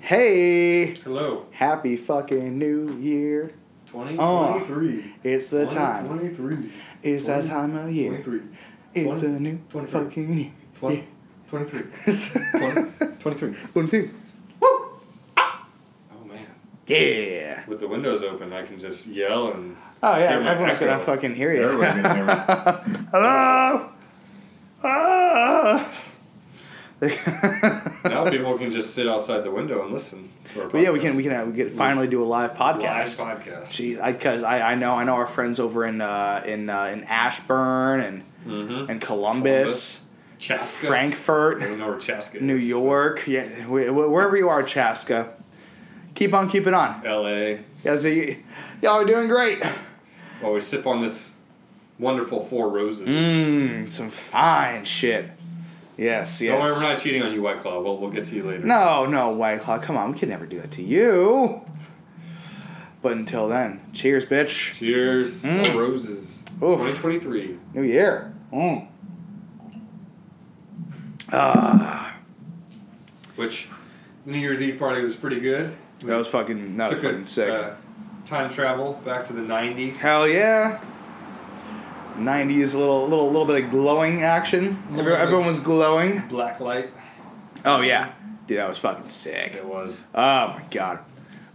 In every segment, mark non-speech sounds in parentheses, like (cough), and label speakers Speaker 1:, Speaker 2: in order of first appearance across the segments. Speaker 1: Hey,
Speaker 2: Hello.
Speaker 1: happy fucking new year.
Speaker 2: 20?
Speaker 1: Oh.
Speaker 3: 23.
Speaker 1: It's the time.
Speaker 3: 23.
Speaker 1: It's that
Speaker 3: 20,
Speaker 1: time of year.
Speaker 3: 23.
Speaker 1: It's a
Speaker 2: 20,
Speaker 1: new
Speaker 2: 23.
Speaker 1: fucking year. (laughs)
Speaker 2: 20, 23.
Speaker 1: Yeah.
Speaker 2: 20, 23.
Speaker 1: 22.
Speaker 2: Oh, man.
Speaker 1: Yeah.
Speaker 2: With the windows open, I can just yell and.
Speaker 1: Oh, yeah,
Speaker 2: Give me an
Speaker 1: everyone's gonna
Speaker 2: echo.
Speaker 1: fucking hear you. (laughs)
Speaker 3: Everybody can hear me.
Speaker 1: Hello? Ah.
Speaker 2: Now people can just sit outside the window and listen. To our
Speaker 1: But yeah, we
Speaker 2: podcast.
Speaker 1: can we can, uh, we can finally do a live podcast.
Speaker 2: Live podcast.
Speaker 1: Jeez, I because I, I know I know our friends over in uh, in uh, in Ashburn and
Speaker 2: Mhm.
Speaker 1: and Columbus,
Speaker 2: Chaska. I
Speaker 1: Frankfurt,
Speaker 2: don't know where Chaska is.
Speaker 1: New York, yeah, wh- wh- wherever you are, Chaska. Keep on keeping on.
Speaker 2: LA.
Speaker 1: Yeah, so you, y'all are doing great.
Speaker 2: While we sip on this wonderful Four Roses. Hmm,
Speaker 1: Mm, some fine shit. Yes,
Speaker 2: Don't worry,
Speaker 1: yes.
Speaker 2: we're not cheating on you, White Claw. We'll, we'll get to you later.
Speaker 1: No, no, White Claw. Come on, we could never do that to you. But until then, cheers, bitch.
Speaker 2: Cheers. Four Roses.
Speaker 1: Mm. Oof.
Speaker 2: 2023.
Speaker 1: New year. Mm. Ah,
Speaker 2: Which, New Year's Eve party was pretty good. We
Speaker 1: That was fucking. That was
Speaker 2: took a,
Speaker 1: fucking sick.
Speaker 2: uh, time travel back to the 90s.
Speaker 1: Hell yeah. 90s little little little bit of glowing action.
Speaker 2: Little
Speaker 1: Every-
Speaker 2: bit.
Speaker 1: everyone was glowing.
Speaker 2: Black light.
Speaker 1: Oh yeah. Dude, that was fucking sick.
Speaker 2: It was.
Speaker 1: Oh my god.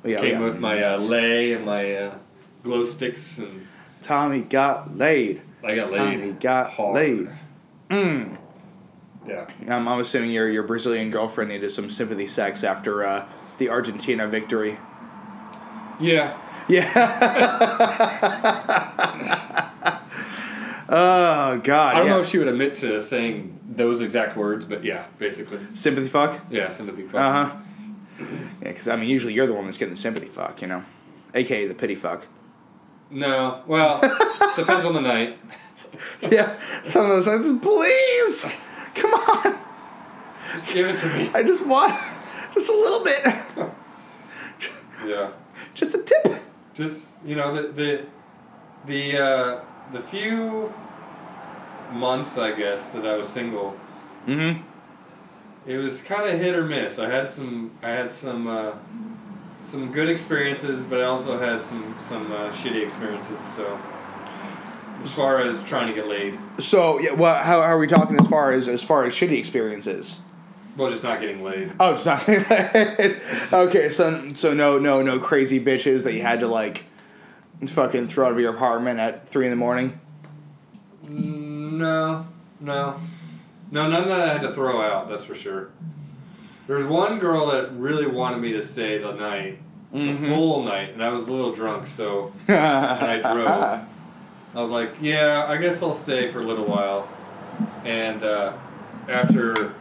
Speaker 1: Well, yeah, we
Speaker 2: Came
Speaker 1: got-
Speaker 2: with my uh, lay and my uh, glow sticks, and
Speaker 1: Tommy got laid.
Speaker 2: I got
Speaker 1: Tommy
Speaker 2: laid.
Speaker 1: got
Speaker 2: hard.
Speaker 1: laid. Mm.
Speaker 2: Yeah.
Speaker 1: Um, I'm assuming your your Brazilian girlfriend needed some sympathy sex after uh, the Argentina victory.
Speaker 2: Yeah.
Speaker 1: Yeah. (laughs) oh god.
Speaker 2: I don't
Speaker 1: yeah.
Speaker 2: know if she would admit to saying those exact words, but yeah, basically.
Speaker 1: sympathy fuck.
Speaker 2: Yeah, sympathy. fuck.
Speaker 1: Uh huh. Yeah, because I mean, usually you're the one that's getting the sympathy fuck, you know, aka the pity fuck. (laughs)
Speaker 2: No. Well, (laughs) depends on the night.
Speaker 1: yeah, some of those times, please, come on,
Speaker 2: Just give it to me.
Speaker 1: I just want (laughs) just a little bit,
Speaker 2: Yeah.
Speaker 1: just a tip.
Speaker 2: just you know the the the uh, the few months I guess that I was single,
Speaker 1: Mm-hmm.
Speaker 2: it was kind of hit or miss. I had some I had some uh, some good experiences, but I also had some some uh, shitty experiences. So as far as trying to get laid,
Speaker 1: So yeah, well, how, how are we talking as far as as far as shitty experiences?
Speaker 2: well, just not getting laid.
Speaker 1: Oh, (laughs) sorry. okay, so so no no no crazy bitches that you had to like fucking throw out of your apartment at three in the morning.
Speaker 2: Mm, No, no, no, none that I had to throw out. That's for sure. There's one girl that really wanted me to stay the night, the full night, and I was a little drunk, so and I drove. I was like, yeah, I guess I'll stay for a little while, and uh, after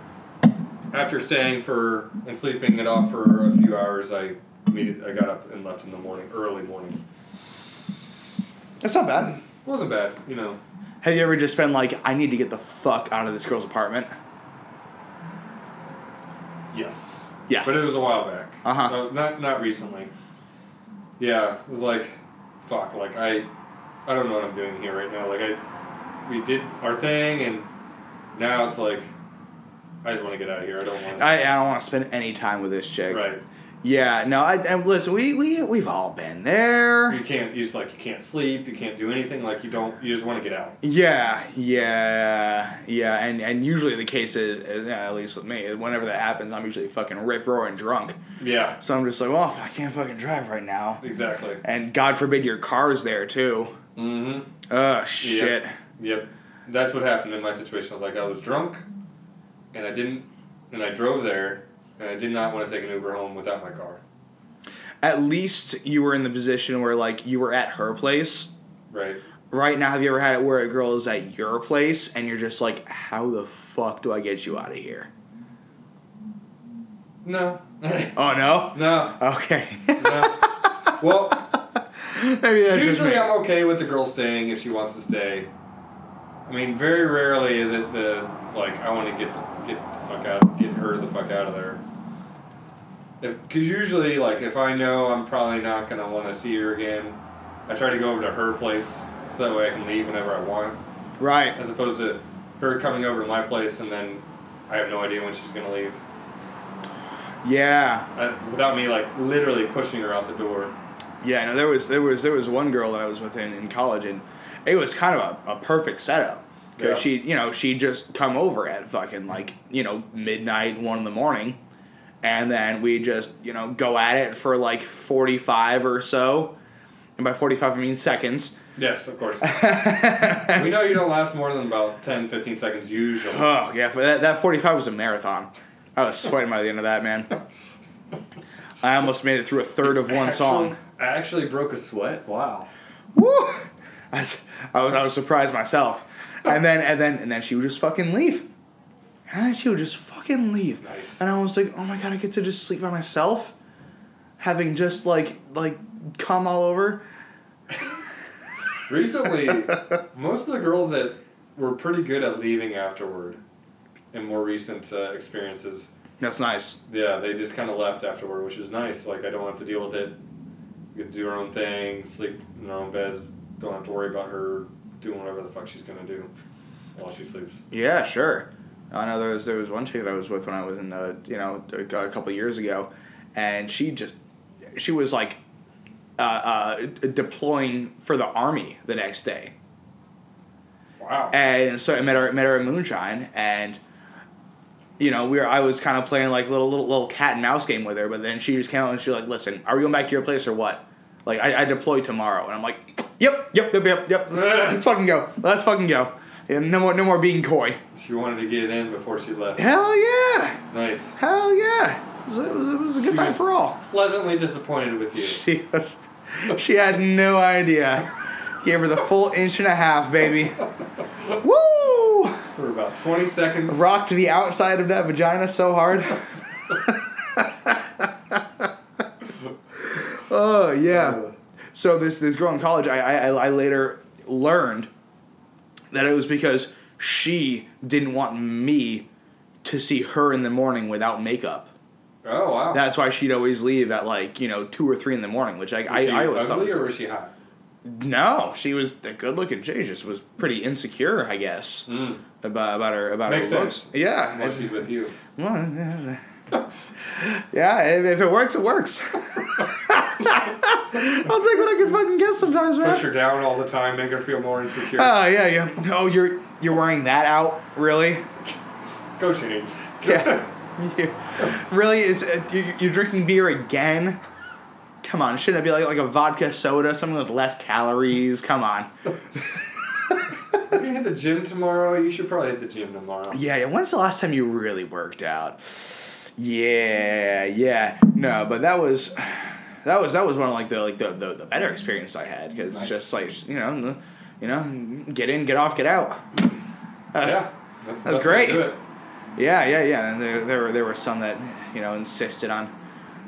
Speaker 2: after staying for and sleeping it off for a few hours, I immediate- I got up and left in the morning, early morning.
Speaker 1: That's not bad.
Speaker 2: It wasn't bad, you know.
Speaker 1: Have you ever just been like, I need to get the fuck out of this girl's apartment?
Speaker 2: Yes.
Speaker 1: Yeah.
Speaker 2: But it was a while back.
Speaker 1: Uh-huh.
Speaker 2: So not not recently. Yeah, it was like, fuck. Like I, I don't know what I'm doing here right now. Like I, we did our thing, and now it's like, I just want to get out of here. I don't want to.
Speaker 1: I, I don't want to spend any time with this chick.
Speaker 2: Right.
Speaker 1: Yeah. No. I and listen. We we we've all been there.
Speaker 2: You can't. You just like you can't sleep. You can't do anything. Like you don't. You just want to get out.
Speaker 1: Yeah. Yeah. Yeah. And and usually the case is, is, yeah, at least with me, is whenever that happens, I'm usually fucking rip roaring drunk.
Speaker 2: Yeah.
Speaker 1: So I'm just like, well, I can't fucking drive right now.
Speaker 2: Exactly.
Speaker 1: And God forbid your car's there too.
Speaker 2: Mm-hmm.
Speaker 1: Oh shit.
Speaker 2: Yep. That's what happened in my situation. I was like, I was drunk, and I didn't, and I drove there, and I did not want to take an Uber home without my car.
Speaker 1: At least you were in the position where like you were at her place.
Speaker 2: Right.
Speaker 1: Right now, have you ever had it where a girl is at your place and you're just like, how the fuck do I get you out of here?
Speaker 2: No. (laughs) no.
Speaker 1: Oh no.
Speaker 2: No.
Speaker 1: Okay. (laughs)
Speaker 2: Well,
Speaker 1: Maybe that's just me.
Speaker 2: usually I'm okay with the girl staying if she wants to stay. I mean, very rarely is it the like I want to get the, get the fuck out, get her the fuck out of there. If because usually like if I know I'm probably not gonna want to see her again, I try to go over to her place so that way I can leave whenever I want,
Speaker 1: Right.
Speaker 2: as opposed to her coming over to my place and then I have no idea when she's gonna leave.
Speaker 1: Yeah,
Speaker 2: uh, without me like literally pushing her out the door.
Speaker 1: yeah. No, there was there was there was one girl that I was with in, in college, and it was kind of a, a perfect setup because
Speaker 2: Yeah.
Speaker 1: she, you know, she just come over at fucking like you know midnight, one in the morning, and then we just you know go at it for like forty five or so, and by forty five I mean seconds.
Speaker 2: Yes, of course. we know you don't last more than about 10, 15 seconds usually.
Speaker 1: Oh yeah, for that that forty five was a marathon. I was sweating by the end of that
Speaker 2: (laughs)
Speaker 1: man. I almost made it through a third of one
Speaker 2: Actually-
Speaker 1: song.
Speaker 2: I actually broke a sweat. Wow.
Speaker 1: Woo! (laughs) I was, I was I was surprised myself, and then and then and then she would just fucking leave, and then she would just fucking leave.
Speaker 2: Nice.
Speaker 1: And I was like, oh my god, I get to just sleep by myself, having just like like come all over.
Speaker 2: Recently, most of the girls that were pretty good at leaving afterward in more recent uh, experiences,
Speaker 1: That's nice.
Speaker 2: yeah, they just kind of left afterward, which is nice. Like, I don't have to deal with it. You can do her own thing, sleep in her own beds, don't have to worry about her doing whatever the fuck she's going to do while she sleeps.
Speaker 1: Yeah, sure. I know there was there was one chick that I was with when I was in the you know a, a couple years ago, and she just she was like uh, uh, deploying for the army the next day.
Speaker 2: Wow.
Speaker 1: and so I met her met her at Moonshine, and you know we were I was kind of playing like little little little cat and mouse game with her, but then she just came out and she was like, "Listen, are we going back to your place or what?" Like I, I deploy tomorrow, and I'm like, "Yep, yep, yep, yep, yep.
Speaker 2: (laughs)
Speaker 1: Let's, let's fucking go. Let's fucking go. And no more no more being coy.
Speaker 2: She wanted to get it in before she left.
Speaker 1: Hell yeah,
Speaker 2: Nice.
Speaker 1: hell yeah. It was, it was, it was a good
Speaker 2: She
Speaker 1: night
Speaker 2: was-
Speaker 1: for all.
Speaker 2: Pleasantly disappointed with you.
Speaker 1: She was, she had no idea. Gave her the full inch and a half, baby. Woo!
Speaker 2: For about 20 seconds.
Speaker 1: rocked the outside of that vagina so hard. (laughs) oh yeah. So this this girl in college, I, I I later learned that it was because she didn't want me to see her in the morning without makeup.
Speaker 2: Oh, wow.
Speaker 1: That's why she'd always leave at like you know two or three in the morning, which I
Speaker 2: was she
Speaker 1: I, I always thought
Speaker 2: ugly
Speaker 1: was
Speaker 2: or was she hot?
Speaker 1: no. She was a good looking. She just was pretty insecure, I guess,
Speaker 2: Mm.
Speaker 1: about about her about
Speaker 2: Makes
Speaker 1: her looks.
Speaker 2: sense.
Speaker 1: Yeah,
Speaker 2: Well, she's with
Speaker 1: (laughs)
Speaker 2: you.
Speaker 1: Well, yeah. yeah, if, if it works, it works. (laughs) I'll take what I can fucking get sometimes,
Speaker 2: Push
Speaker 1: man.
Speaker 2: her down all the time, make her feel more insecure.
Speaker 1: Oh yeah, yeah. Oh, you're you're wearing that out, really?
Speaker 2: Go change.
Speaker 1: Yeah. (laughs) You- really is uh, you- you're drinking beer again? Come on, shouldn't it be like like a vodka soda, something with less calories? Come on.
Speaker 2: you can hit the gym tomorrow. You should probably hit the gym tomorrow.
Speaker 1: Yeah, yeah. When's the last time you really worked out? Yeah, yeah. No, but that was that was that was one of like the like the the, the better experience I had because
Speaker 2: Nice.
Speaker 1: just like you know you know get in, get off, get out.
Speaker 2: Yeah,
Speaker 1: That's
Speaker 2: That's, the way
Speaker 1: great.
Speaker 2: to do it.
Speaker 1: Yeah, yeah, yeah. And there, there were there were some that you know insisted on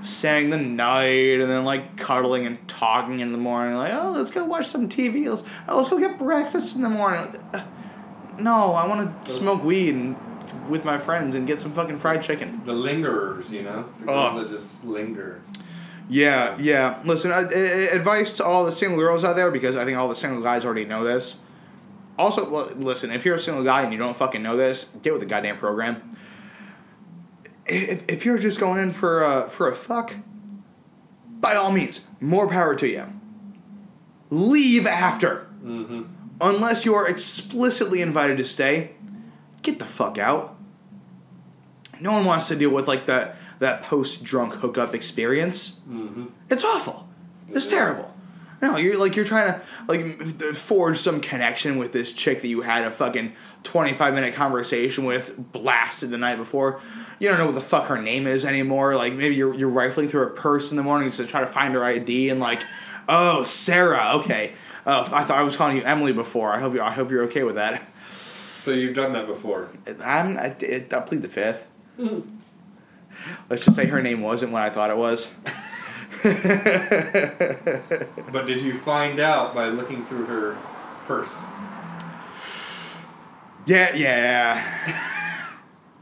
Speaker 1: staying the night and then like cuddling and talking in the morning. Like, oh, let's go watch some TV. Let's oh, let's go get breakfast in the morning. Like, "Ugh, no, I want to smoke weed and with my friends and get some fucking fried chicken.
Speaker 2: The lingerers, you know? The
Speaker 1: Ugh.
Speaker 2: girls that just linger.
Speaker 1: Yeah, yeah. Listen, I, I- advice to all the single girls out there because I think all the single guys already know this. Also, well, listen, if you're a single guy and you don't fucking know this, get with the goddamn program. If, if you're just going in for a, for a fuck, by all means, more power to you. Leave after. Unless you are explicitly invited to stay, get the fuck out. No one wants to deal with like that that post drunk hookup experience. It's awful. It's terrible. No, you're like you're trying to like forge some connection with this chick that you had a fucking twenty five minute conversation with, blasted the night before. You don't know what the fuck her name is anymore. Like maybe you're you're rifling through her purse in the morning to try to find her ID and like, oh Sarah, okay. Oh, I thought I was calling you Emily before. I hope you I hope you're okay with that.
Speaker 2: So you've done that before.
Speaker 1: I'm. I, it- I plead the fifth. Let's just say her name wasn't what I thought it was.
Speaker 2: But did you find out by looking through her purse?
Speaker 1: Yeah, yeah,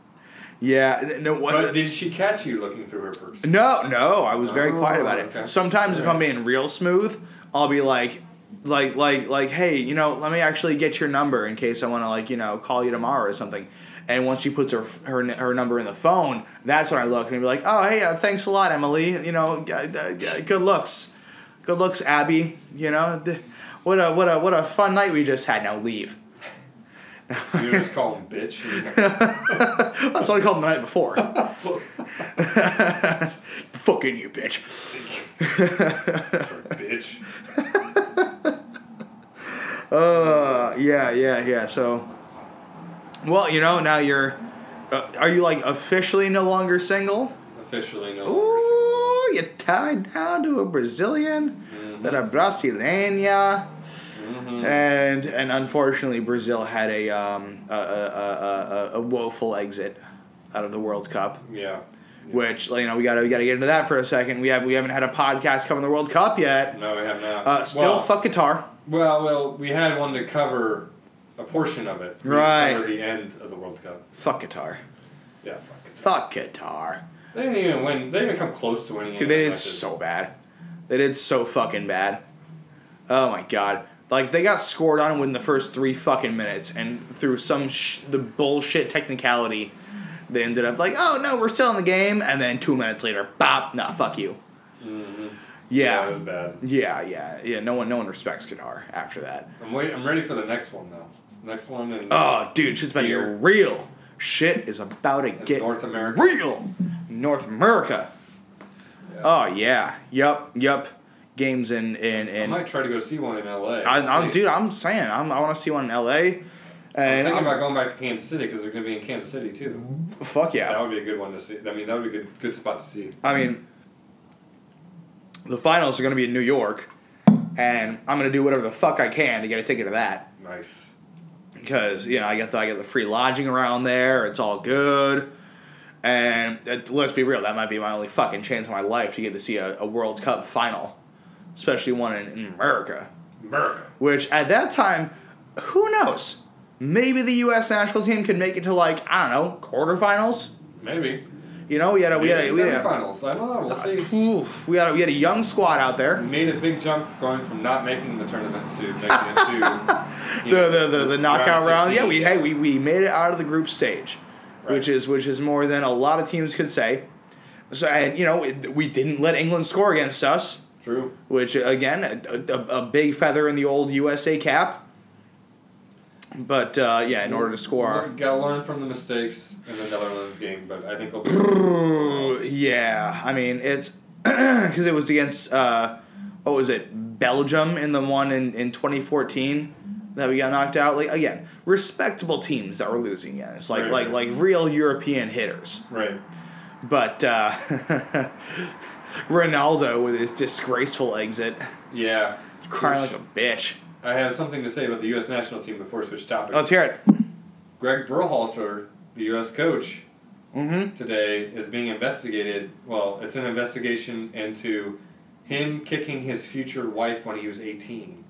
Speaker 1: (laughs) yeah. No,
Speaker 2: But
Speaker 1: what?
Speaker 2: did she catch you looking through her purse?
Speaker 1: no, no. I was very
Speaker 2: Oh,
Speaker 1: quiet about it.
Speaker 2: okay.
Speaker 1: Sometimes if I'm being real smooth, I'll be like, like, like, like, hey, you know, let me actually get your number in case I want to, like, you know, call you tomorrow or something. And once she puts her her, her number in the phone, that's when I look and be like, oh hey, uh, thanks a lot, Emily. You know, g- g- g- good looks, good looks, Abby. You know, th- what a what a what a fun night we just had. Now leave.
Speaker 2: You just call him bitch. and-
Speaker 1: That's what I called him the night before.
Speaker 2: (laughs)
Speaker 1: (laughs) Fucking you, bitch. (laughs)
Speaker 2: for bitch.
Speaker 1: Uh, yeah, yeah, yeah. So, well, you know, now you're. Uh, are you like officially no longer single?
Speaker 2: Officially no longer
Speaker 1: Ooh, you're tied down to a Brazilian,
Speaker 2: Mm-hmm.
Speaker 1: then a Brasileña, and and unfortunately, Brazil had a um a, a, a, a, a woeful exit out of the World Cup.
Speaker 2: single. Yeah.
Speaker 1: Which you know we gotta we gotta get into that for a second. We have we haven't had a podcast covering the World Cup yet.
Speaker 2: No, we have not.
Speaker 1: Uh, still
Speaker 2: well,
Speaker 1: fuck guitar.
Speaker 2: well, well, we had one to cover a portion of it. We didn't
Speaker 1: Right.
Speaker 2: Cover the end of the World Cup.
Speaker 1: Fuck guitar.
Speaker 2: Yeah. Fuck it.
Speaker 1: Fuck guitar.
Speaker 2: They didn't even win. They didn't even come close to winning.
Speaker 1: Dude,
Speaker 2: any
Speaker 1: they did
Speaker 2: matches.
Speaker 1: so bad. They did so fucking bad. Oh my god. Like they got scored on within the first three fucking minutes, and through some sh- the bullshit technicality, they ended up like, oh no, we're still in the game, and then two minutes later, bop, nah, fuck you.
Speaker 2: Yeah, it was
Speaker 1: Mm-hmm. Yeah,
Speaker 2: bad.
Speaker 1: yeah, yeah, yeah. No one, no one respects Qatar after that.
Speaker 2: I'm wait. I'm ready for the next one though. Next one in
Speaker 1: Oh, dude, shit's about to
Speaker 2: Here.
Speaker 1: get real. Shit is about to get
Speaker 2: North America.
Speaker 1: real. North America.
Speaker 2: Yeah.
Speaker 1: Oh yeah, yup, yup. Games in in
Speaker 2: I
Speaker 1: in.
Speaker 2: might try to go see one in L.A.
Speaker 1: I, I'm,
Speaker 2: See.
Speaker 1: dude, I'm saying I'm, I want to see one in L.A.
Speaker 2: I'm
Speaker 1: And
Speaker 2: thinking
Speaker 1: I'm-
Speaker 2: about going back to Kansas City because they're going to be in Kansas City too.
Speaker 1: fuck
Speaker 2: That
Speaker 1: yeah.
Speaker 2: would be a good one to see. I mean, that would be a good good spot to see.
Speaker 1: I mean, the finals are gonna be in New York, and I'm gonna do whatever the fuck I can to get a ticket to that
Speaker 2: Nice.
Speaker 1: because you know I get the I get the free lodging around there. It's all good. And uh, let's be real, that might be my only fucking chance in my life to get to see a, a World Cup final, especially one in, in America.
Speaker 2: America.
Speaker 1: which at that time, who knows? Maybe the U.S. national team could make it to like I don't know quarterfinals.
Speaker 2: Maybe.
Speaker 1: You know, we had a we had a,
Speaker 2: Maybe
Speaker 1: we had a, Uh,
Speaker 2: semifinals. I don't know. We'll see.
Speaker 1: oof, we had a we had a young squad out
Speaker 2: We
Speaker 1: there.
Speaker 2: made a big jump going from not making the tournament to making
Speaker 1: (laughs)
Speaker 2: it to you
Speaker 1: The
Speaker 2: know,
Speaker 1: the the, the
Speaker 2: this
Speaker 1: knockout round.
Speaker 2: 16.
Speaker 1: Yeah, we hey we, we made it out of the group stage,
Speaker 2: Right.
Speaker 1: which is which is more than a lot of teams could say. So and you know it, we didn't let England score against us,
Speaker 2: True.
Speaker 1: which again a, a, a big feather in the old USA cap. But uh, yeah, in order to score, our-
Speaker 2: Got to learn from the mistakes in the Netherlands game, but I think
Speaker 1: (laughs)
Speaker 2: we'll be.
Speaker 1: Yeah, I mean it's (clears throat) because it was against uh, what was it Belgium in the one in, in 2014 that we got knocked out. Like again, respectable teams that were losing against, like
Speaker 2: Right.
Speaker 1: like like real European hitters.
Speaker 2: Right.
Speaker 1: But uh, (laughs) Ronaldo with his disgraceful exit,
Speaker 2: Yeah.
Speaker 1: crying
Speaker 2: Which-
Speaker 1: like a bitch.
Speaker 2: I have something to say about the U.S. national team before we switch topics.
Speaker 1: Let's hear it.
Speaker 2: Greg Berhalter, the U.S. coach,
Speaker 1: Mm-hmm.
Speaker 2: today is being investigated. Well, it's an investigation into him kicking his future wife when he was 18.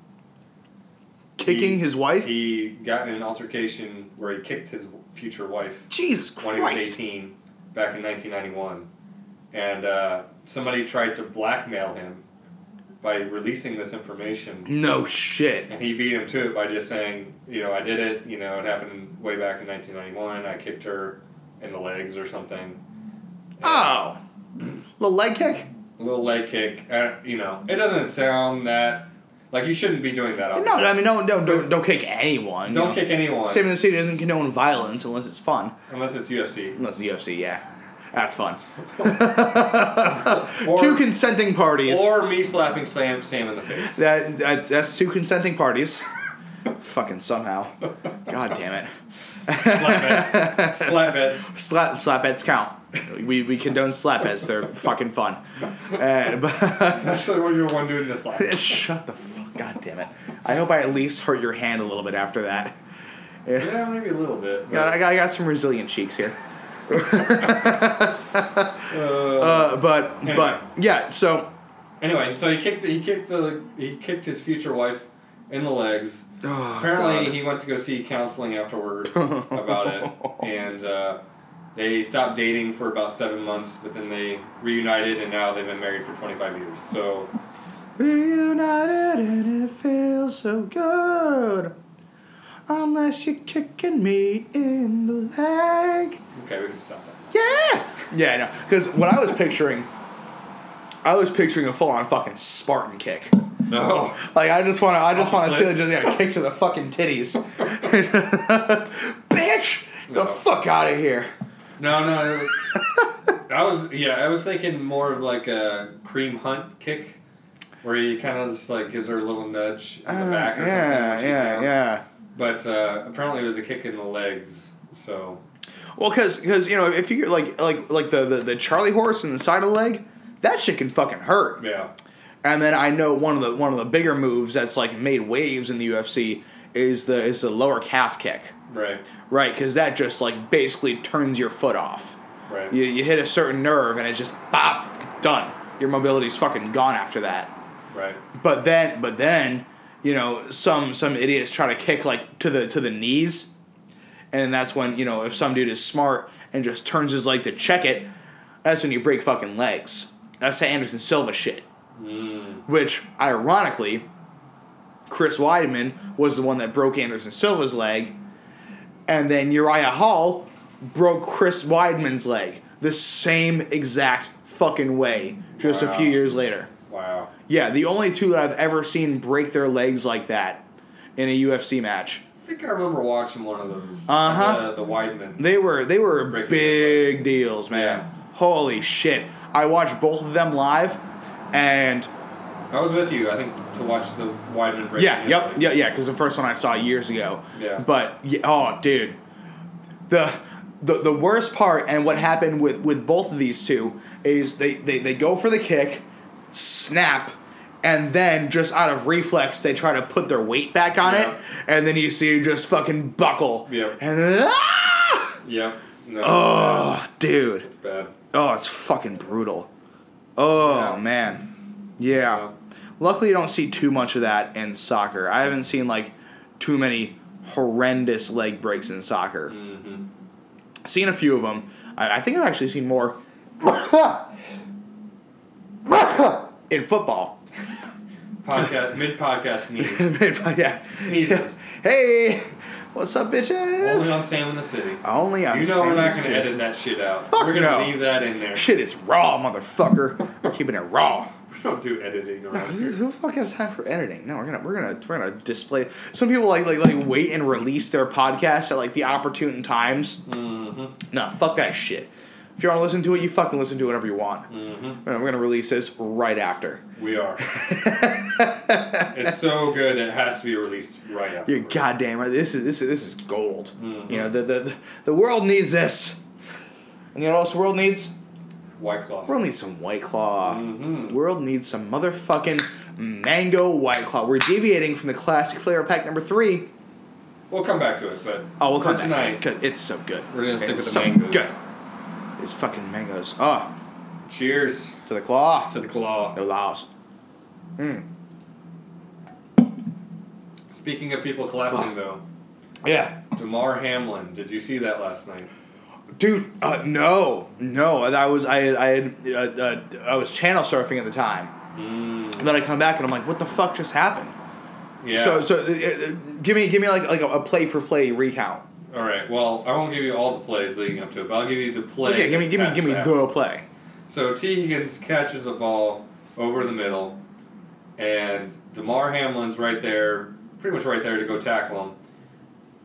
Speaker 1: Kicking
Speaker 2: He-
Speaker 1: his wife.
Speaker 2: He got in an altercation where he kicked his future wife
Speaker 1: Jesus
Speaker 2: when he was
Speaker 1: Christ.
Speaker 2: 18 back in 1991. And uh, somebody tried to blackmail him by releasing this information.
Speaker 1: No shit.
Speaker 2: And he beat him to it by just saying, you know, I did it. You know, it happened way back in 1991. I kicked her in the legs or something. And
Speaker 1: Oh, little leg kick.
Speaker 2: A little leg kick. Uh, you know, it doesn't sound that. Like, you shouldn't be doing that.
Speaker 1: No,
Speaker 2: obviously.
Speaker 1: I mean no, no, don't don't kick anyone. you
Speaker 2: Don't
Speaker 1: know?
Speaker 2: kick anyone.
Speaker 1: Saving the City doesn't condone violence unless it's fun.
Speaker 2: Unless it's UFC.
Speaker 1: Unless the UFC, yeah. That's
Speaker 2: (laughs)
Speaker 1: fun.
Speaker 2: Or,
Speaker 1: two consenting parties.
Speaker 2: or me slapping Sam, Sam in
Speaker 1: (laughs)
Speaker 2: the face.
Speaker 1: that, that, that's two consenting parties. Fucking somehow. God damn it.
Speaker 2: slap bets. slap bets.
Speaker 1: Slap slap heads count. We, we condone slap heads. They're fucking fun. Uh, but (laughs)
Speaker 2: Especially when you're the one doing the slap.
Speaker 1: shut the fuck. God damn it. I hope I at least hurt your hand a little bit after that.
Speaker 2: Yeah, maybe a little bit.
Speaker 1: God, I
Speaker 2: But,
Speaker 1: got, I got some resilient cheeks here.
Speaker 2: uh,
Speaker 1: Uh, but but yeah. So
Speaker 2: Anyway, so he kicked he kicked the he kicked his future wife in the legs.
Speaker 1: Oh,
Speaker 2: Apparently,
Speaker 1: God.
Speaker 2: he went to go see counseling
Speaker 1: (laughs)
Speaker 2: afterward about it, and uh, they stopped dating for about seven months. But then they reunited, and now they've been married for twenty five years. So
Speaker 1: Reunited and it feels so good. Unless you're kicking me in the leg.
Speaker 2: Okay, we can stop that.
Speaker 1: Yeah. Yeah, no. Because what I was picturing, I was picturing a full-on fucking Spartan kick.
Speaker 2: No.
Speaker 1: Like I just want to, I just want to
Speaker 2: Off
Speaker 1: see
Speaker 2: the
Speaker 1: it just yeah, kick to the fucking titties. (laughs) Bitch, the
Speaker 2: No.
Speaker 1: fuck out of here.
Speaker 2: No, no. I was yeah, I was thinking more of like a cream hunt kick, where he kind of just like gives her a little nudge in the
Speaker 1: Uh,
Speaker 2: back or something. when
Speaker 1: yeah,
Speaker 2: she's
Speaker 1: yeah,
Speaker 2: down.
Speaker 1: yeah.
Speaker 2: But uh, apparently it was a kick in the legs. So
Speaker 1: Well, because you know if you like like like the, the the Charlie horse in the side of the leg, that shit can fucking hurt.
Speaker 2: yeah,
Speaker 1: And then I know one of the one of the bigger moves that's like made waves in the UFC is the is the lower calf kick,
Speaker 2: right,
Speaker 1: right? Because that just like basically turns your foot off.
Speaker 2: right.
Speaker 1: You, you hit a certain nerve and it's just bop done. Your mobility's fucking gone after that.
Speaker 2: Right.
Speaker 1: But then but then you know some some idiots try to kick like to the to the knees, and that's when you know if some dude is smart and just turns his leg to check it, that's when you break fucking legs. That's the Anderson Silva shit which ironically, Chris Weidman was the one that broke Anderson Silva's leg, and then Uriah Hall broke Chris Weidman's leg the same exact fucking way just a few
Speaker 2: Wow.
Speaker 1: years later.
Speaker 2: Wow.
Speaker 1: Yeah, the only two that I've ever seen break their legs like that in a UFC match.
Speaker 2: I think I remember watching one of those. Uh,
Speaker 1: Uh-huh.
Speaker 2: The, the Weidman.
Speaker 1: They were they were
Speaker 2: Breaking
Speaker 1: big deals, man. Holy shit. I watched both of them live and
Speaker 2: I was with you, I think, to watch the Weidman break.
Speaker 1: Yeah,
Speaker 2: the
Speaker 1: yep,
Speaker 2: leg.
Speaker 1: yeah, yeah. Because the first one I saw years ago.
Speaker 2: Yeah.
Speaker 1: But yeah, oh, dude, the the the worst part and what happened with with both of these two is they they they go for the kick, snap. And then, just out of reflex, they try to put their weight back on
Speaker 2: Yeah.
Speaker 1: it, and then you see it just fucking buckle.
Speaker 2: Yeah.
Speaker 1: And then, ah!
Speaker 2: Yep. No,
Speaker 1: oh, dude,
Speaker 2: it's bad.
Speaker 1: oh, it's fucking brutal. Oh
Speaker 2: Yeah.
Speaker 1: man, yeah.
Speaker 2: Yeah.
Speaker 1: Luckily, you don't see too much of that in soccer. I haven't seen like too many horrendous leg breaks in soccer.
Speaker 2: Mm-hmm.
Speaker 1: Seen a few of them. I, I think I've actually seen
Speaker 2: (coughs)
Speaker 1: more in football. (laughs)
Speaker 2: Podcast mid podcast sneeze.
Speaker 1: yeah. (laughs)
Speaker 2: Sneezes.
Speaker 1: Hey, what's up,
Speaker 2: Only
Speaker 1: bitches?
Speaker 2: on Sam in the City.
Speaker 1: Only on
Speaker 2: You know we're not
Speaker 1: Sam's
Speaker 2: going to edit that shit out.
Speaker 1: Fuck
Speaker 2: we're going to
Speaker 1: no.
Speaker 2: leave that in there.
Speaker 1: Shit is raw, motherfucker. We're keeping it raw.
Speaker 2: We don't do editing around
Speaker 1: Who
Speaker 2: here.
Speaker 1: the fuck has time for editing? No, we're gonna we're gonna we're gonna display. Some people like like like wait and release their podcast at like the opportune times. Mm-hmm. No, fuck that shit. If you want to listen to it, you fucking listen to it whenever you want. Mm-hmm. And we're gonna release this right after.
Speaker 2: We
Speaker 1: (laughs)
Speaker 2: are. it's so good. It has to be released right after.
Speaker 1: You're goddamn right. This is this is this is gold. You know the, the the the world needs this. And you know what else the world needs?
Speaker 2: White cloth.
Speaker 1: World needs some White Claw. World needs some motherfucking mango White Claw. We're deviating from the classic flavor pack number three.
Speaker 2: We'll come back to it, but
Speaker 1: Oh, we'll
Speaker 2: for
Speaker 1: come
Speaker 2: tonight.
Speaker 1: back to it 'cause it's so good.
Speaker 2: We're gonna stick
Speaker 1: it's
Speaker 2: with the mangoes.
Speaker 1: Good. It's fucking mangoes. Oh,
Speaker 2: Cheers
Speaker 1: to the claw.
Speaker 2: to the claw.
Speaker 1: No laws.
Speaker 2: Speaking of people collapsing, though,
Speaker 1: Yeah,
Speaker 2: Damar Hamlin. Did you see that last night?
Speaker 1: dude. Uh, no, no. and I was I had- I had uh, uh, I was channel surfing at the time. And then I come back and I'm like, what the fuck just happened?
Speaker 2: Mm. Yeah.
Speaker 1: So so uh, uh, give me give me like like a, a play for play recount.
Speaker 2: all right. Well, I won't give you all the plays leading up to it, but I'll give you the play.
Speaker 1: Okay, give me give me
Speaker 2: that
Speaker 1: give me
Speaker 2: happened.
Speaker 1: the play.
Speaker 2: So T. Higgins catches a ball over the middle, and DeMar Hamlin's right there, pretty much right there to go tackle him.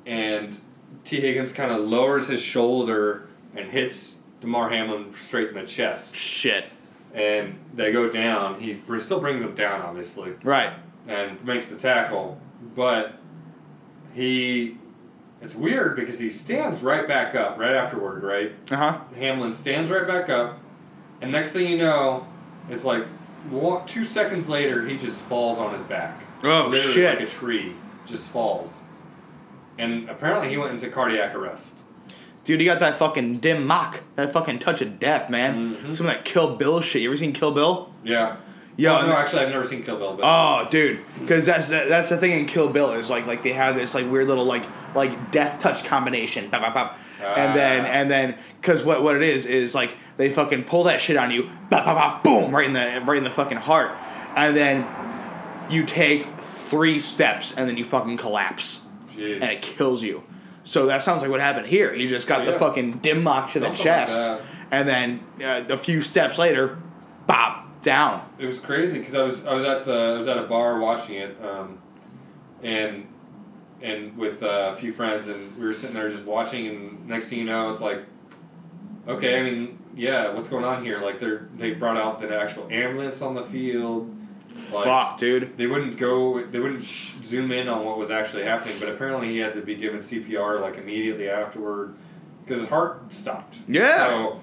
Speaker 2: And T. Higgins kind of lowers his shoulder and hits DeMar Hamlin straight in the chest.
Speaker 1: Shit.
Speaker 2: And they go down. He br- still brings him down, obviously,
Speaker 1: Right.
Speaker 2: and makes the tackle. But he. It's weird because he stands right back up right afterward, right?
Speaker 1: Uh huh.
Speaker 2: Hamlin stands right back up, and next thing you know, it's like wa- two seconds later, he just falls on his back.
Speaker 1: Oh,
Speaker 2: Literally
Speaker 1: shit.
Speaker 2: Like a tree, just falls. And apparently, he went into cardiac arrest.
Speaker 1: Dude, you got that fucking dim mock, that fucking touch of death, man.
Speaker 2: Mm-hmm.
Speaker 1: Some of that Kill Bill shit. You ever seen Kill Bill?
Speaker 2: Yeah.
Speaker 1: Yeah,
Speaker 2: Well,
Speaker 1: and
Speaker 2: no,
Speaker 1: the-
Speaker 2: actually, I've never seen Kill Bill, but
Speaker 1: Oh, dude, because that's that, that's the thing in Kill Bill is like like they have this like weird little like like death touch combination, bop, bop, bop. and then
Speaker 2: Ah.
Speaker 1: and then because what what it is is like they fucking pull that shit on you, bop, bop, bop, boom, right in the right in the fucking heart, and then you take three steps and then you fucking collapse.
Speaker 2: Jeez.
Speaker 1: Oh. and it kills you. So that sounds like what happened here. He just got
Speaker 2: Oh,
Speaker 1: the
Speaker 2: yeah.
Speaker 1: fucking dim mock to the
Speaker 2: Something like
Speaker 1: chest,
Speaker 2: that.
Speaker 1: and then uh, a few steps later, bop down.
Speaker 2: It was crazy because I was I was at the I was at a bar watching it, um, and and with uh, a few friends, and we were sitting there just watching, and next thing you know, it's like, okay, I mean, yeah, what's going on here? Like they are they brought out the actual ambulance on the field. Like,
Speaker 1: Fuck, dude.
Speaker 2: They wouldn't go. They wouldn't sh- zoom in on what was actually happening, but apparently he had to be given CPR like immediately afterward because his heart stopped.
Speaker 1: Yeah.
Speaker 2: So,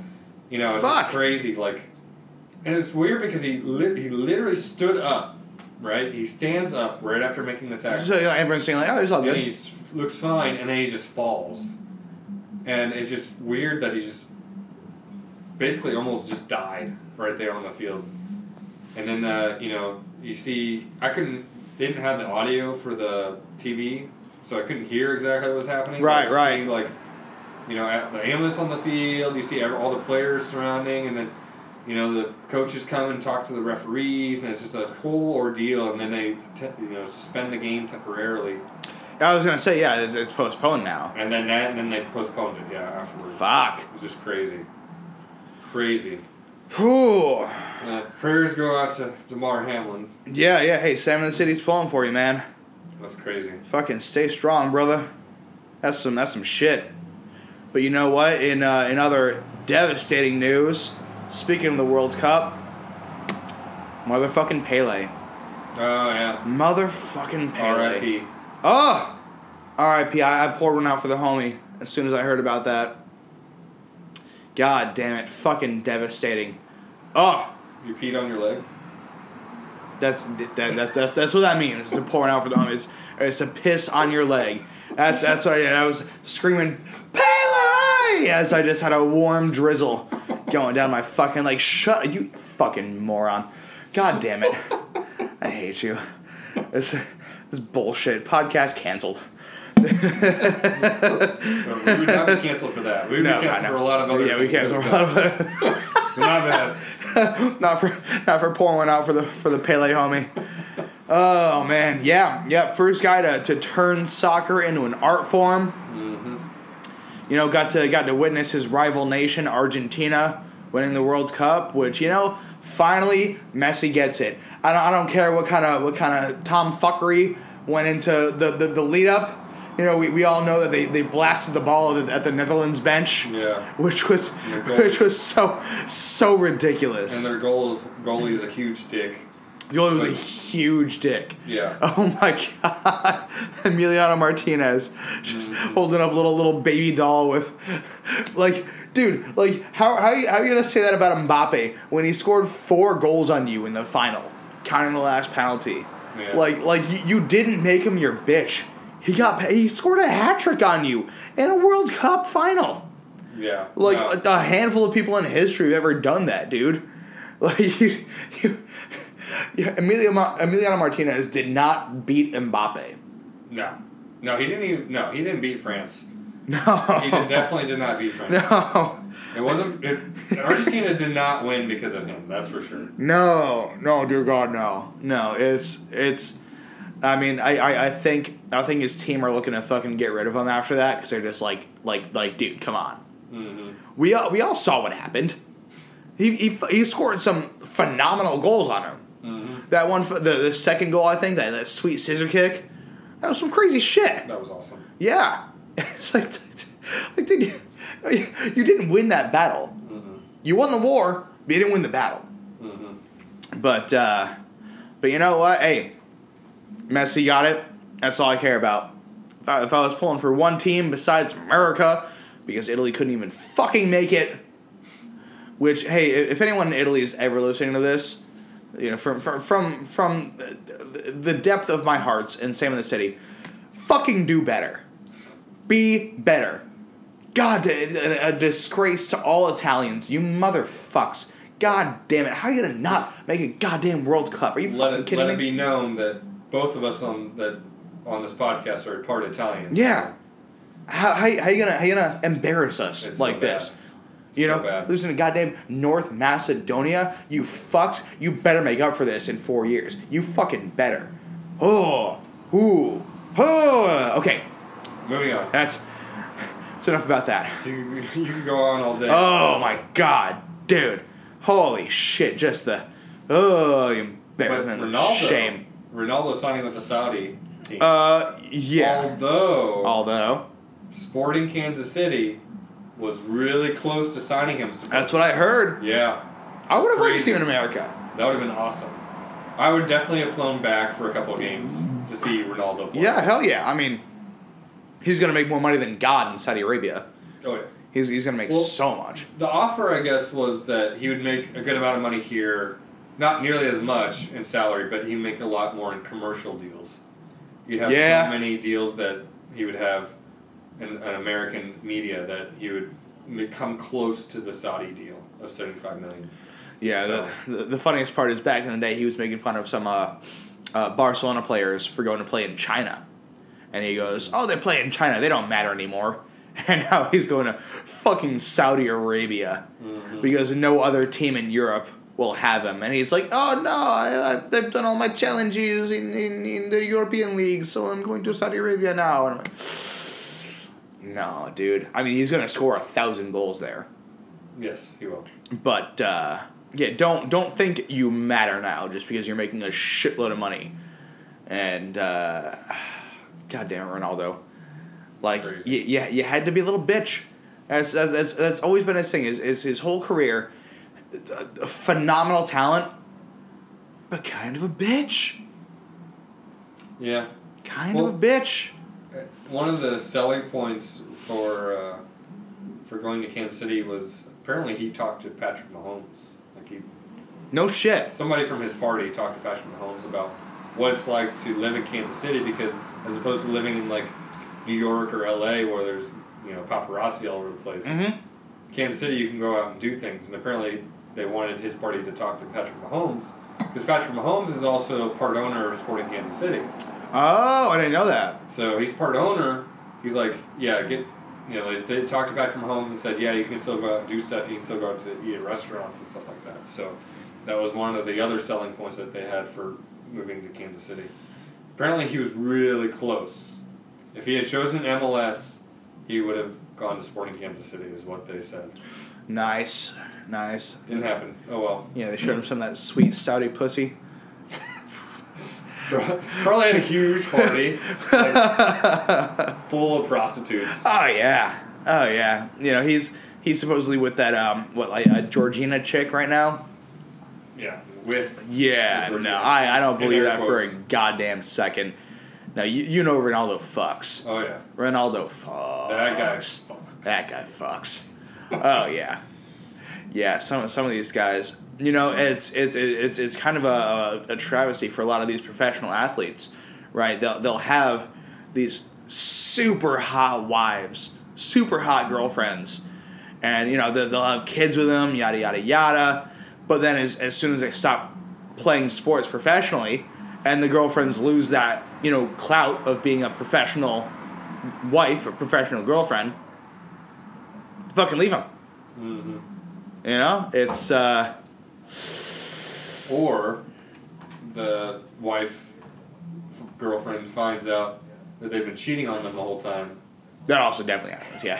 Speaker 2: you know, it's just
Speaker 1: Fuck.
Speaker 2: crazy. Like, and it's weird because he li- he literally stood up, right? He stands up right after making the tackle,
Speaker 1: So you know, everyone's saying like, "Oh, it's all
Speaker 2: and
Speaker 1: good."
Speaker 2: he s- looks fine, and then he just falls, and it's just weird that he just basically almost just died right there on the field. And then uh, you know you see I couldn't they didn't have the audio for the TV, so I couldn't hear exactly what was happening.
Speaker 1: Right,
Speaker 2: I just
Speaker 1: right.
Speaker 2: see, Like you know at- the ambulance on the field, you see ev- all the players surrounding, and then you know the coaches come and talk to the referees, and it's just a whole ordeal. And then they te- you know suspend the game temporarily,
Speaker 1: I was gonna say, yeah, it's, it's postponed now.
Speaker 2: and then that, and then they postponed it. Yeah, afterwards.
Speaker 1: Fuck.
Speaker 2: It was just crazy, crazy.
Speaker 1: Whew.
Speaker 2: Uh, prayers go out to Damar Hamlin.
Speaker 1: Yeah, yeah. Hey, Sam in the City's pulling for you, man.
Speaker 2: That's crazy.
Speaker 1: Fucking stay strong, brother. That's some that's some shit. But you know what? In uh, in other devastating news, speaking of the World Cup, motherfucking Pele,
Speaker 2: Oh yeah.
Speaker 1: motherfucking Pele.
Speaker 2: R.I.P.
Speaker 1: Oh, R.I.P. I, I poured one out for the homie as soon as I heard about that. God damn it! Fucking devastating. Oh,
Speaker 2: You peed on your
Speaker 1: (laughs)
Speaker 2: leg.
Speaker 1: That's that, that's that's that's what that means. It's a pouring out for the homie. It's, it's a piss on your leg. That's that's what I did. I was screaming Pele as I just had a warm drizzle going down my fucking like shut you fucking moron. God damn it. I hate you. This this bullshit. Podcast canceled.
Speaker 2: No, we would not be canceled for that. We would
Speaker 1: No,
Speaker 2: be
Speaker 1: I
Speaker 2: canceled
Speaker 1: know.
Speaker 2: for a lot of other.
Speaker 1: Yeah, we
Speaker 2: things
Speaker 1: canceled
Speaker 2: that
Speaker 1: for a
Speaker 2: we've
Speaker 1: lot of
Speaker 2: done. (laughs) My
Speaker 1: (laughs)
Speaker 2: bad.
Speaker 1: not for not for pouring one out for the for the Pele homie. Oh man, yeah, yeah. First guy to, to turn soccer into an art form.
Speaker 2: Mm-hmm.
Speaker 1: You know, got to got to witness his rival nation Argentina winning the World Cup, which you know finally Messi gets it. I don't I don't care what kind of what kind of tomfuckery went into the the, the lead up. You know, we, we all know that they, they blasted the ball at the, at the Netherlands bench,
Speaker 2: Yeah.
Speaker 1: which was
Speaker 2: Your goal.
Speaker 1: which was so so ridiculous.
Speaker 2: And their goals goalie is a huge dick.
Speaker 1: The other was a huge dick.
Speaker 2: Yeah.
Speaker 1: Oh my (laughs) god, Emiliano Martinez just
Speaker 2: Mm-hmm.
Speaker 1: holding up little little baby doll with, like, dude, like, how how you, how you gonna say that about Mbappe when he scored four goals on you in the final, counting the last penalty?
Speaker 2: Yeah.
Speaker 1: Like like you, you didn't make him your bitch. He got pa- he scored a hat trick on you in a World Cup final.
Speaker 2: Yeah.
Speaker 1: Like
Speaker 2: No.
Speaker 1: a, a handful of people in history have ever done that, dude. (laughs) Like you, you yeah, Emilio Ma- Emiliano Martinez did not beat Mbappe. (laughs)
Speaker 2: no. No, he didn't even. No, he didn't beat France. He
Speaker 1: No,
Speaker 2: did, definitely did
Speaker 1: (laughs)
Speaker 2: not beat France.
Speaker 1: Oh. no,
Speaker 2: It wasn't. It, Argentina did not win because of him. That's for sure.
Speaker 1: no, no, dear God, no, no. It's it's. I mean, I, I, I think I think his team are looking to fucking get rid of him after that because they're just like like like dude, come on. We all we all saw what happened. He he, f- he scored some phenomenal goals on him. That one, f- the the second goal, I think that that sweet scissor kick. That was some crazy shit.
Speaker 2: That was awesome.
Speaker 1: Yeah. (laughs) it's like, like dude, you, you didn't win that battle. You won the war, but you didn't win the battle. But, uh, but you know what? Hey, Messi got it. That's all I care about. If I, if I was pulling for one team besides America, because Italy couldn't even fucking make it. Which, hey, i- if anyone in Italy is ever listening to this, you know, from from from, from the- the depth of my hearts and same in the city, fucking do better. Be better. God, a, a- a disgrace to all Italians, you motherfucks. God damn it. How are you gonna not make a goddamn World Cup? Are you
Speaker 2: Let
Speaker 1: fucking
Speaker 2: it
Speaker 1: kidding
Speaker 2: let
Speaker 1: me?
Speaker 2: it be known that both of us on that on this podcast are part Italian.
Speaker 1: Yeah. How, how, how you gonna how you gonna embarrass us
Speaker 2: It's so
Speaker 1: like
Speaker 2: bad.
Speaker 1: this? You
Speaker 2: so
Speaker 1: know,
Speaker 2: bad.
Speaker 1: losing to goddamn North Macedonia, you fucks. You better make up for this in four years. You fucking better. Oh, ooh, oh. Okay,
Speaker 2: Moving on.
Speaker 1: That's that's enough about that.
Speaker 2: You, you can go on all day.
Speaker 1: Oh my god, dude! Holy shit! Just the oh the
Speaker 2: but
Speaker 1: embarrassment, the
Speaker 2: Ronaldo,
Speaker 1: shame.
Speaker 2: Ronaldo signing with the Saudi team.
Speaker 1: Uh, yeah.
Speaker 2: Although
Speaker 1: Although
Speaker 2: Sporting Kansas City was really close to signing him.
Speaker 1: that's what I heard.
Speaker 2: yeah,
Speaker 1: I would have liked to see
Speaker 2: crazy.
Speaker 1: him in America.
Speaker 2: that would have been awesome. I would definitely have flown back for a couple of games to see Ronaldo play.
Speaker 1: Yeah, hell yeah. I mean, he's gonna make more money than God in Saudi Arabia.
Speaker 2: Oh, yeah.
Speaker 1: He's he's gonna make
Speaker 2: Well-
Speaker 1: so much.
Speaker 2: The offer, I guess, was that he would make a good amount of money here, not nearly as much in salary, but he'd make a lot more in commercial deals. You'd have
Speaker 1: Yeah.
Speaker 2: so many deals that he would have in, in American media that he would m- come close to the Saudi deal of seventy-five million.
Speaker 1: Yeah, the, the, the funniest part is back in the day, he was making fun of some uh, uh, Barcelona players for going to play in China. And he goes, Oh, they play in China. They don't matter anymore. (laughs) And now he's going to fucking Saudi Arabia because no other team in Europe will have him. And he's like, Oh, no, I, I, they've done all my challenges in, in, in the European League, so I'm going to Saudi Arabia now. And I'm like, (sighs) No, dude. I mean, he's going to score a thousand goals there.
Speaker 2: Yes, he will.
Speaker 1: But uh, yeah, don't don't think you matter now just because you're making a shitload of money. And uh, God damn it, Ronaldo! Like y-
Speaker 2: Crazy.
Speaker 1: yeah, you had to be a little bitch. That's that's that's, that's always been his thing. Is is his whole career a, a phenomenal talent, but kind of a bitch.
Speaker 2: Yeah,
Speaker 1: Kind
Speaker 2: Well-
Speaker 1: of a bitch.
Speaker 2: Uh, one of the selling points for uh, for going to Kansas City was apparently he talked to Patrick Mahomes. Like he
Speaker 1: No shit.
Speaker 2: somebody from his party talked to Patrick Mahomes about what it's like to live in Kansas City because as opposed to living in like New York or LA where there's you know paparazzi all over the place,
Speaker 1: Mm-hmm.
Speaker 2: Kansas City you can go out and do things, and apparently they wanted his party to talk to Patrick Mahomes because Patrick Mahomes is also part owner of Sporting Kansas City,
Speaker 1: Oh, I didn't know that.
Speaker 2: so he's part owner. He's like, yeah, get. You know, they they talked to Patrick Mahomes and said, yeah, you can still go out and do stuff. You can still go out to eat at restaurants and stuff like that. So that was one of the other selling points that they had for moving to Kansas City. Apparently, he was really close. If he had chosen MLS, he would have gone to Sporting Kansas City, is what they said.
Speaker 1: Nice, nice.
Speaker 2: Didn't happen. Oh well.
Speaker 1: Yeah, they showed him some of that sweet Saudi pussy. (laughs)
Speaker 2: Probably had a huge party,
Speaker 1: (laughs)
Speaker 2: like, full of prostitutes.
Speaker 1: Oh yeah, oh yeah. You know he's he's supposedly with that um what like a Georgina chick right now.
Speaker 2: Yeah, with
Speaker 1: Yeah,
Speaker 2: Georgina.
Speaker 1: no, I, I don't
Speaker 2: In
Speaker 1: believe
Speaker 2: air
Speaker 1: that for a
Speaker 2: quotes.
Speaker 1: goddamn second. Now you you know Ronaldo fucks.
Speaker 2: Oh yeah,
Speaker 1: Ronaldo fucks.
Speaker 2: that guy. fucks.
Speaker 1: That guy fucks. Oh yeah, yeah. Some some of these guys, you know, it's it's it's it's kind of a, a travesty for a lot of these professional athletes, right? They'll they'll have these super hot wives, super hot girlfriends, and you know they'll, they'll have kids with them, yada yada yada. But then as as soon as they stop playing sports professionally, and the girlfriends lose that you know clout of being a professional wife or professional girlfriend, fucking leave him.
Speaker 2: Mm-hmm.
Speaker 1: You know, it's uh,
Speaker 2: Or the wife f- girlfriend finds out that they've been cheating on them the whole time.
Speaker 1: that also definitely happens. Yeah,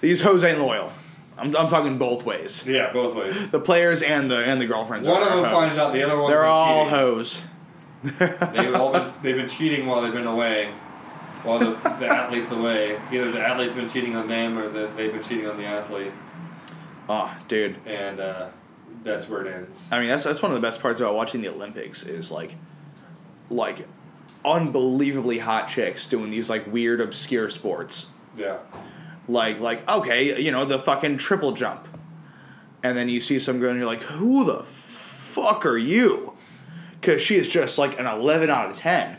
Speaker 1: these hoes ain't loyal. I'm, I'm talking both ways.
Speaker 2: Yeah, both ways.
Speaker 1: The players and the and the girlfriends.
Speaker 2: One
Speaker 1: are
Speaker 2: of them
Speaker 1: hoes.
Speaker 2: finds out the other one's
Speaker 1: They're
Speaker 2: been
Speaker 1: all
Speaker 2: cheating.
Speaker 1: hoes.
Speaker 2: They've all been they've been cheating while they've been away, while the, the athlete's away. Either the athlete's been cheating on them, or the, they've been cheating on the athlete,
Speaker 1: Oh, dude.
Speaker 2: and uh, that's where it ends.
Speaker 1: I mean, that's that's one of the best parts about watching the Olympics is like, like, unbelievably hot chicks doing these like weird obscure sports.
Speaker 2: Yeah,
Speaker 1: like like okay, you know the fucking triple jump, and then you see some girl and you're like, who the fuck are you? Because she is just like an eleven out of ten.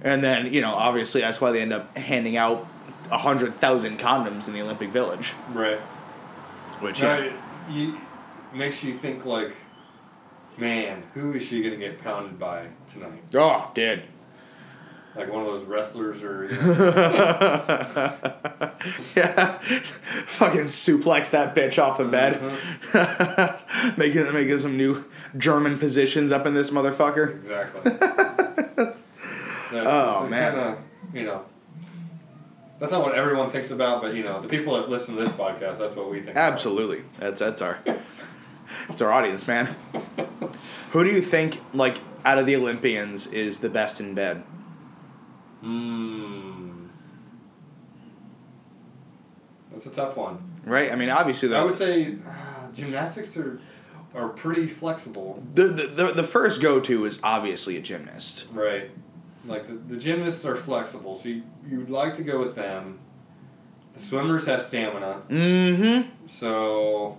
Speaker 1: And then you know obviously that's why they end up handing out hundred thousand condoms in the Olympic Village,
Speaker 2: right.
Speaker 1: which
Speaker 2: No,
Speaker 1: yeah,
Speaker 2: it- you, makes you think like, man, who is she gonna get pounded by tonight?
Speaker 1: oh dude, (laughs)
Speaker 2: Like one of those wrestlers or you know,
Speaker 1: yeah, fucking suplex that bitch off the bed, (laughs)
Speaker 2: Mm-hmm.
Speaker 1: making making some new German positions up in this (laughs) motherfucker.
Speaker 2: exactly. That's,
Speaker 1: Oh, man.
Speaker 2: Kinda, you know, That's not what everyone thinks about, but you know, the people that listen to this podcast, that's what we think. about.
Speaker 1: Absolutely. That's that's our that's our audience, man. Who do you think like out of the Olympians is the best in bed?
Speaker 2: Hmm. That's a tough one.
Speaker 1: Right? I mean, obviously
Speaker 2: I
Speaker 1: the
Speaker 2: would say uh, gymnastics are are pretty flexible,
Speaker 1: the, the, the, the first go to is obviously a gymnast.
Speaker 2: right? Like the, the gymnasts are flexible, so you, you'd like to go with them. The swimmers have stamina,
Speaker 1: Mm-hmm.
Speaker 2: so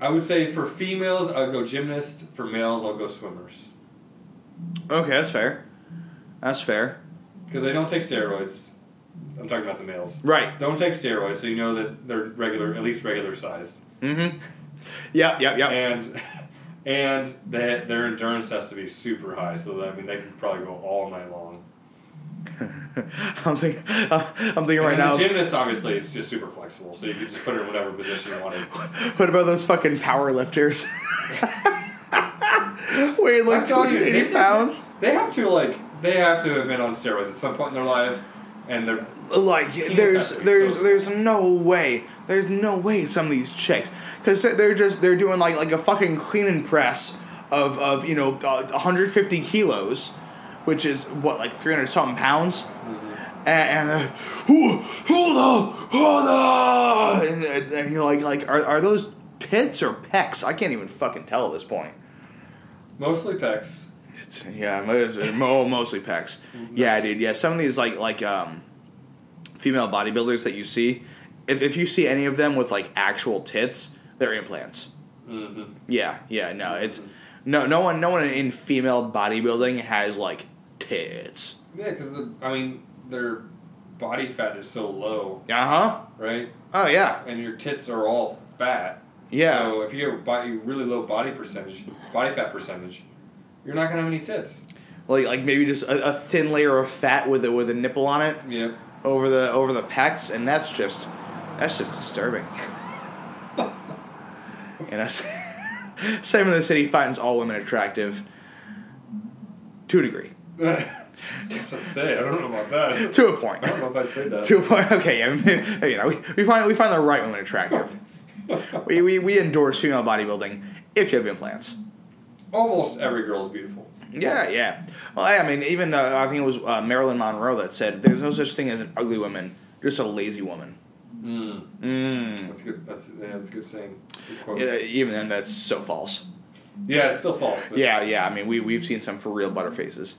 Speaker 2: I would say for females, I'll go gymnast. For males, I'll go swimmers
Speaker 1: Okay, that's fair. That's fair.
Speaker 2: because they don't take steroids. I'm talking about the males.
Speaker 1: Right.
Speaker 2: Don't take steroids, so you know that they're regular, at least regular sized.
Speaker 1: Mm-hmm. Yep, yep, yep.
Speaker 2: and (laughs) and that their endurance has to be super high. So that, I mean, they can probably go all night long.
Speaker 1: I'm thinking I'm thinking right
Speaker 2: and
Speaker 1: now
Speaker 2: the gymnast obviously it's just super flexible, so you can just put her in whatever position you want. to.
Speaker 1: What about those fucking power (laughs) lifters? Weighing (laughs) like
Speaker 2: I'm telling you,
Speaker 1: 280
Speaker 2: they-
Speaker 1: pounds.
Speaker 2: They have to like they have to have been on steroids at some point in their lives, and they're
Speaker 1: Like
Speaker 2: Penis
Speaker 1: there's
Speaker 2: has to be
Speaker 1: there's
Speaker 2: so-
Speaker 1: there's no way there's no way some of these chicks because they're just they're doing like like a fucking clean and press of of you know uh, 150 kilos, which is what like 300 something pounds.
Speaker 2: Mm-hmm.
Speaker 1: And, and uh, "Ooh, hold on, hold on, and, and and you're like, like, are, are those tits or pecs? I can't even fucking tell at this point.
Speaker 2: mostly pecs.
Speaker 1: It's, yeah, mo- it's- it's mo- (laughs) mostly pecs. Yeah, dude. Yeah, some of these like like um, female bodybuilders that you see, if if you see any of them with like actual tits, they're implants.
Speaker 2: Mm-hmm.
Speaker 1: Yeah, yeah. No, it's no no one no one in female bodybuilding has like tits.
Speaker 2: Yeah, because I mean their body fat is so low,
Speaker 1: Uh huh.
Speaker 2: right?
Speaker 1: Oh yeah.
Speaker 2: And your tits are all fat.
Speaker 1: Yeah.
Speaker 2: So if you have a body, really low body percentage, body fat percentage, you're not gonna have any tits.
Speaker 1: Like like maybe just a, a thin layer of fat with a with a nipple on it
Speaker 2: (laughs) Yep.
Speaker 1: over the over the pecs, and that's just that's just disturbing. (laughs) and (laughs) us, Simon the City finds all women attractive to a degree,
Speaker 2: Let's say I don't know about
Speaker 1: (laughs)
Speaker 2: that.
Speaker 1: to a point,
Speaker 2: I don't know if I'd say that.
Speaker 1: to a point. Okay, yeah, (laughs) maybe- you know, we, we find we find the right women attractive. we, we we endorse female bodybuilding if you have implants.
Speaker 2: (laughs) Almost every girl is beautiful.
Speaker 1: Yeah, yeah. Well, I mean, even uh, I think it was uh, Marilyn Monroe that said, "There's no such thing as an ugly woman, just a lazy woman."
Speaker 2: Mm.
Speaker 1: Mm.
Speaker 2: That's good. That's yeah, that's a good saying. Good quote.
Speaker 1: Yeah, even then, that's so false.
Speaker 2: Yeah, it's still false. But
Speaker 1: Yeah, yeah. I mean, we we've seen some for real butterfaces.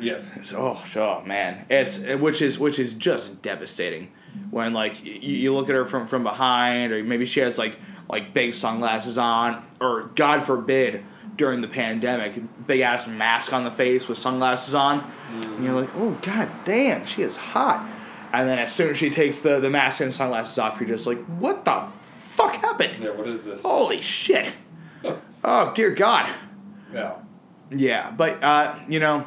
Speaker 2: Yeah.
Speaker 1: It's, oh, oh man, it's which is which is just devastating when like you, you look at her from from behind, or maybe she has like like big sunglasses on, or God forbid during the pandemic, big ass mask on the face with sunglasses on, and you're like, oh god damn, she is hot. And then as soon as she takes the the mask and sunglasses off, you're just like, what the fuck happened?
Speaker 2: Yeah. What is this?
Speaker 1: Holy shit! Oh dear God.
Speaker 2: Yeah.
Speaker 1: Yeah, but uh, you know,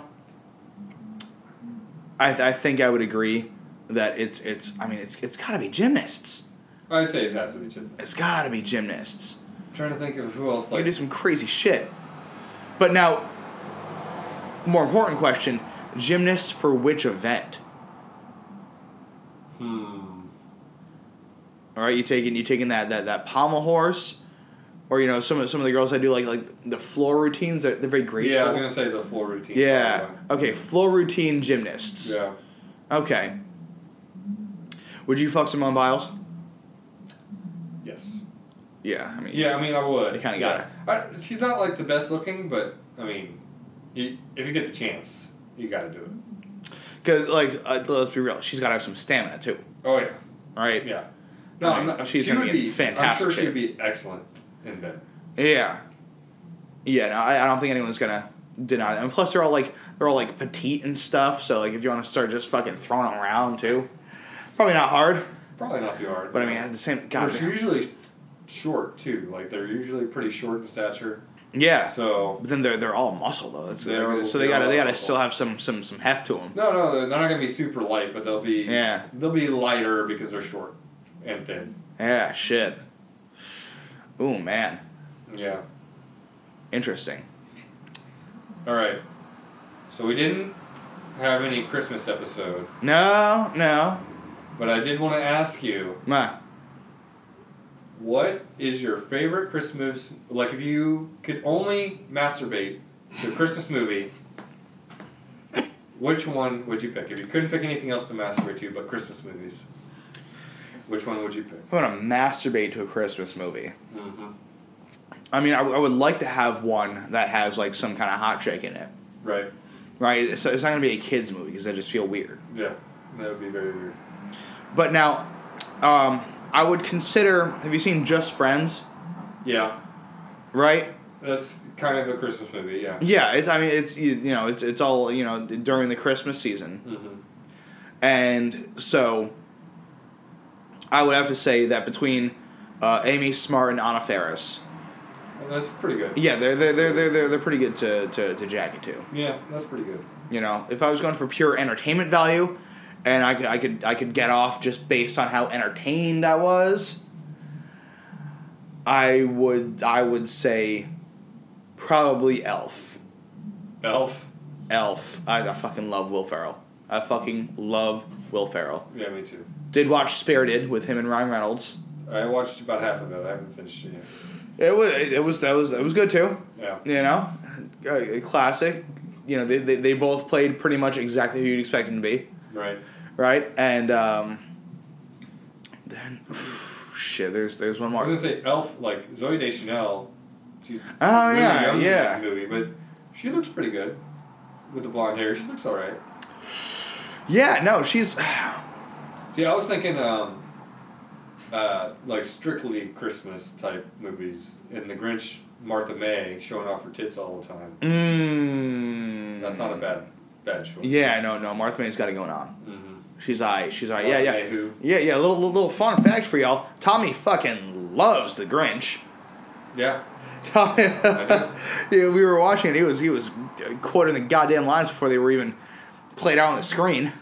Speaker 1: I, th- I think I would agree that it's it's. I mean, it's it's got to be gymnasts.
Speaker 2: I'd say it has to be gymnast.
Speaker 1: It's got to be gymnasts.
Speaker 2: I'm trying to think of who else
Speaker 1: You
Speaker 2: like.
Speaker 1: do some crazy shit. But now, more important question: gymnast for which event?
Speaker 2: Hmm.
Speaker 1: All right, you taking you taking that that that pommel horse, or you know some of some of the girls that do like like the floor routines. They're, they're very graceful.
Speaker 2: Yeah, I was gonna say the floor routine.
Speaker 1: Yeah. Okay, floor routine gymnasts.
Speaker 2: Yeah.
Speaker 1: Okay. Would you fuck Simone Biles?
Speaker 2: Yes.
Speaker 1: Yeah, I mean,
Speaker 2: Yeah, I mean, I would.
Speaker 1: You kinda got
Speaker 2: yeah. it. I, she's not like the best looking, but I mean, you, if you get the chance, you got to do it.
Speaker 1: because like, uh, let's be real, she's got to have some stamina too,
Speaker 2: Oh yeah.
Speaker 1: all right?
Speaker 2: Yeah. No,
Speaker 1: I
Speaker 2: I'm
Speaker 1: mean,
Speaker 2: not.
Speaker 1: she's
Speaker 2: she
Speaker 1: gonna
Speaker 2: would
Speaker 1: be in fantastic
Speaker 2: I'm sure
Speaker 1: shape.
Speaker 2: she'd be excellent in bed.
Speaker 1: Yeah, yeah. No, I, I don't think anyone's gonna deny that. And plus, they're all like, they're all like petite and stuff. So like, if you want to start just fucking throwing them around too, probably not hard.
Speaker 2: Probably not too hard.
Speaker 1: But I mean, at the same, God,
Speaker 2: they're usually short too. Like they're usually pretty short in stature.
Speaker 1: yeah.
Speaker 2: So
Speaker 1: But then they're they're all muscle though. That's,
Speaker 2: They're-
Speaker 1: so they
Speaker 2: they're
Speaker 1: gotta they
Speaker 2: all
Speaker 1: gotta
Speaker 2: muscle.
Speaker 1: still have some some some heft to them.
Speaker 2: no, no, they're they're not gonna be super light, but they'll be
Speaker 1: Yeah.
Speaker 2: They'll be lighter because they're short and thin.
Speaker 1: Yeah, shit. Ooh man,
Speaker 2: Yeah.
Speaker 1: interesting.
Speaker 2: All right. So we didn't have any Christmas episode,
Speaker 1: No, no.
Speaker 2: but I did want to ask you
Speaker 1: Nah.
Speaker 2: what is your favorite Christmas? Like, if you could only masturbate to a Christmas movie, which one would you pick? If you couldn't pick anything else to masturbate to but Christmas movies, which one would you pick?
Speaker 1: I'm gonna masturbate to a Christmas movie.
Speaker 2: Mm-hmm.
Speaker 1: I mean, I, I would like to have one that has like some kind of hot chick in it,
Speaker 2: Right.
Speaker 1: right? So it's not gonna be a kids movie because I just feel weird.
Speaker 2: Yeah. That would be very weird.
Speaker 1: But now, um, I would consider. Have you seen Just Friends?
Speaker 2: Yeah.
Speaker 1: Right?
Speaker 2: That's kind of a Christmas movie, yeah.
Speaker 1: Yeah. It's. I mean, it's you, you know, it's it's all you know during the Christmas season,
Speaker 2: Mm-hmm.
Speaker 1: and so I would have to say that between uh, Amy Smart and Anna Faris,
Speaker 2: that's pretty good.
Speaker 1: yeah, they're they're they're they're they're, they're pretty good to to to jack it to.
Speaker 2: Yeah, that's pretty good.
Speaker 1: You know, if I was going for pure entertainment value, and I could I could I could get off just based on how entertained I was, I would I would say probably Elf.
Speaker 2: Elf?
Speaker 1: Elf. I, I fucking love Will Ferrell. I fucking love Will Ferrell.
Speaker 2: Yeah, me too.
Speaker 1: Did watch Spirited with him and Ryan Reynolds.
Speaker 2: I watched about half of it. I haven't finished it yet.
Speaker 1: It was it was that was it was good too.
Speaker 2: Yeah.
Speaker 1: You know, a, a classic. You know, they, they they both played pretty much exactly who you'd expect them to be.
Speaker 2: Right.
Speaker 1: right? And um, then (sighs) shit, there's there's one
Speaker 2: I was
Speaker 1: more.
Speaker 2: gonna say Elf, like Zoe Deschanel. She's
Speaker 1: Oh,
Speaker 2: really
Speaker 1: yeah,
Speaker 2: young in
Speaker 1: yeah.
Speaker 2: that movie, but she looks pretty good with the blonde hair. She looks all right.
Speaker 1: Yeah, no, she's (sighs)
Speaker 2: See, I was thinking, um, uh, like strictly Christmas type movies, and The Grinch, Martha May showing off her tits all the time.
Speaker 1: mm,
Speaker 2: That's not a bad, bad choice.
Speaker 1: Yeah, no, no, Martha May's got it going on.
Speaker 2: hmm
Speaker 1: She's I, she's I. Yeah,
Speaker 2: Martha
Speaker 1: yeah,
Speaker 2: May who?
Speaker 1: yeah, yeah. Little little little fun facts for y'all. Tommy fucking loves the Grinch. (laughs)
Speaker 2: Yeah.
Speaker 1: Tommy,
Speaker 2: I
Speaker 1: yeah, we were watching it. He was he was quoting the goddamn lines before they were even played out on the screen.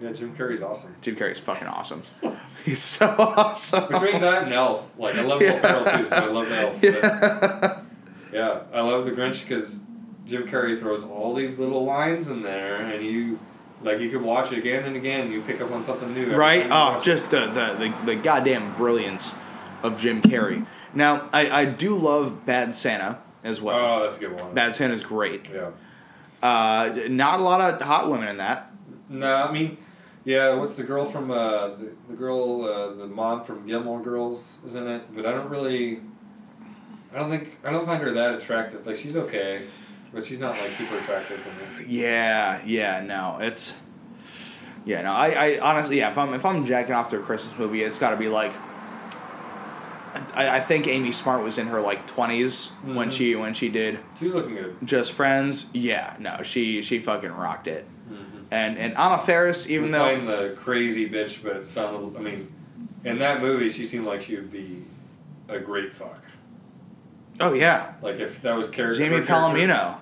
Speaker 2: Yeah, Jim Carrey's awesome.
Speaker 1: Jim Carrey's fucking awesome. (laughs) He's so (laughs) awesome.
Speaker 2: Between that and Elf, like I love Will Ferrell too, so I love Elf. Yeah, yeah I love The Grinch because Jim Carrey throws all these little lines in there, and you like you could watch it again and again. You pick up on something new, every
Speaker 1: Right?
Speaker 2: time you
Speaker 1: Oh,
Speaker 2: watch
Speaker 1: just the, the, the, the goddamn brilliance of Jim Carrey. Now, I, I do love Bad Santa as
Speaker 2: It.
Speaker 1: well.
Speaker 2: Oh, that's a good one.
Speaker 1: Bad Santa's great.
Speaker 2: yeah.
Speaker 1: Uh, not a lot of hot women in that.
Speaker 2: No, I mean, yeah. What's the girl from uh, the, the girl uh, the mom from Gilmore Girls is in it, but I don't really. I don't think I don't find her that attractive. Like she's okay, but she's not like super attractive to me.
Speaker 1: Yeah, yeah, no. It's. Yeah, no. I, I honestly, yeah, if I'm, if I'm jacking off to a Christmas movie, it's got to be like. I, I think Amy Smart was in her like 20s when
Speaker 2: Mhm.
Speaker 1: she when she did
Speaker 2: She's looking good.
Speaker 1: Just Friends. Yeah, no, she she fucking rocked it. And and Anna Faris, even
Speaker 2: was
Speaker 1: though
Speaker 2: playing the crazy bitch, but it sounded. I mean, in that movie, she seemed like she would be a great fuck.
Speaker 1: Oh yeah,
Speaker 2: Like if that was character.
Speaker 1: Jamie
Speaker 2: her character-
Speaker 1: Palomino.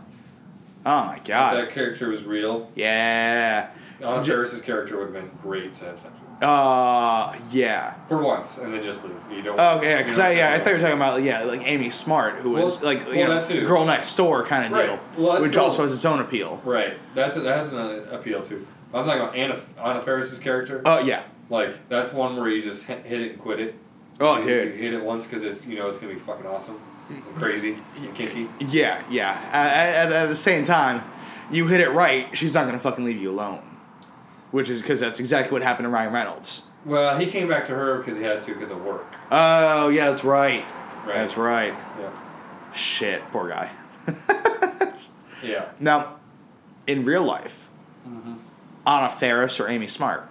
Speaker 1: Oh my
Speaker 2: if
Speaker 1: god.
Speaker 2: that character was real.
Speaker 1: Yeah.
Speaker 2: Alan
Speaker 1: Ja-
Speaker 2: Ferris's character would have been great to have sex with.
Speaker 1: Uh yeah.
Speaker 2: For once, and then just leave. You don't.
Speaker 1: Oh yeah,
Speaker 2: you
Speaker 1: because
Speaker 2: don't-
Speaker 1: I yeah I thought you were talking about yeah like Amy Smart who was
Speaker 2: Well,
Speaker 1: like you
Speaker 2: well,
Speaker 1: know
Speaker 2: that too.
Speaker 1: girl next door kind of
Speaker 2: Right.
Speaker 1: deal,
Speaker 2: Well, that's
Speaker 1: which
Speaker 2: cool.
Speaker 1: also has its own appeal.
Speaker 2: (laughs) Right. That's that has an appeal too. I'm talking about Anna Anna Ferris's character.
Speaker 1: Oh yeah.
Speaker 2: like that's one where you just hit hit it and quit it.
Speaker 1: Oh
Speaker 2: you,
Speaker 1: dude.
Speaker 2: you hit it once because it's you know it's gonna be fucking awesome, and crazy, and kinky.
Speaker 1: Yeah yeah. At, at, at the same time, you hit it right. She's not gonna fucking leave you alone, which is because that's exactly what happened to Ryan Reynolds.
Speaker 2: Well, he came back to her because he had to because of work.
Speaker 1: Oh yeah, that's right.
Speaker 2: Right.
Speaker 1: That's right.
Speaker 2: Yeah.
Speaker 1: Shit, poor guy.
Speaker 2: Yeah.
Speaker 1: Now, in real life,
Speaker 2: Mm-hmm.
Speaker 1: Anna Faris or Amy Smart?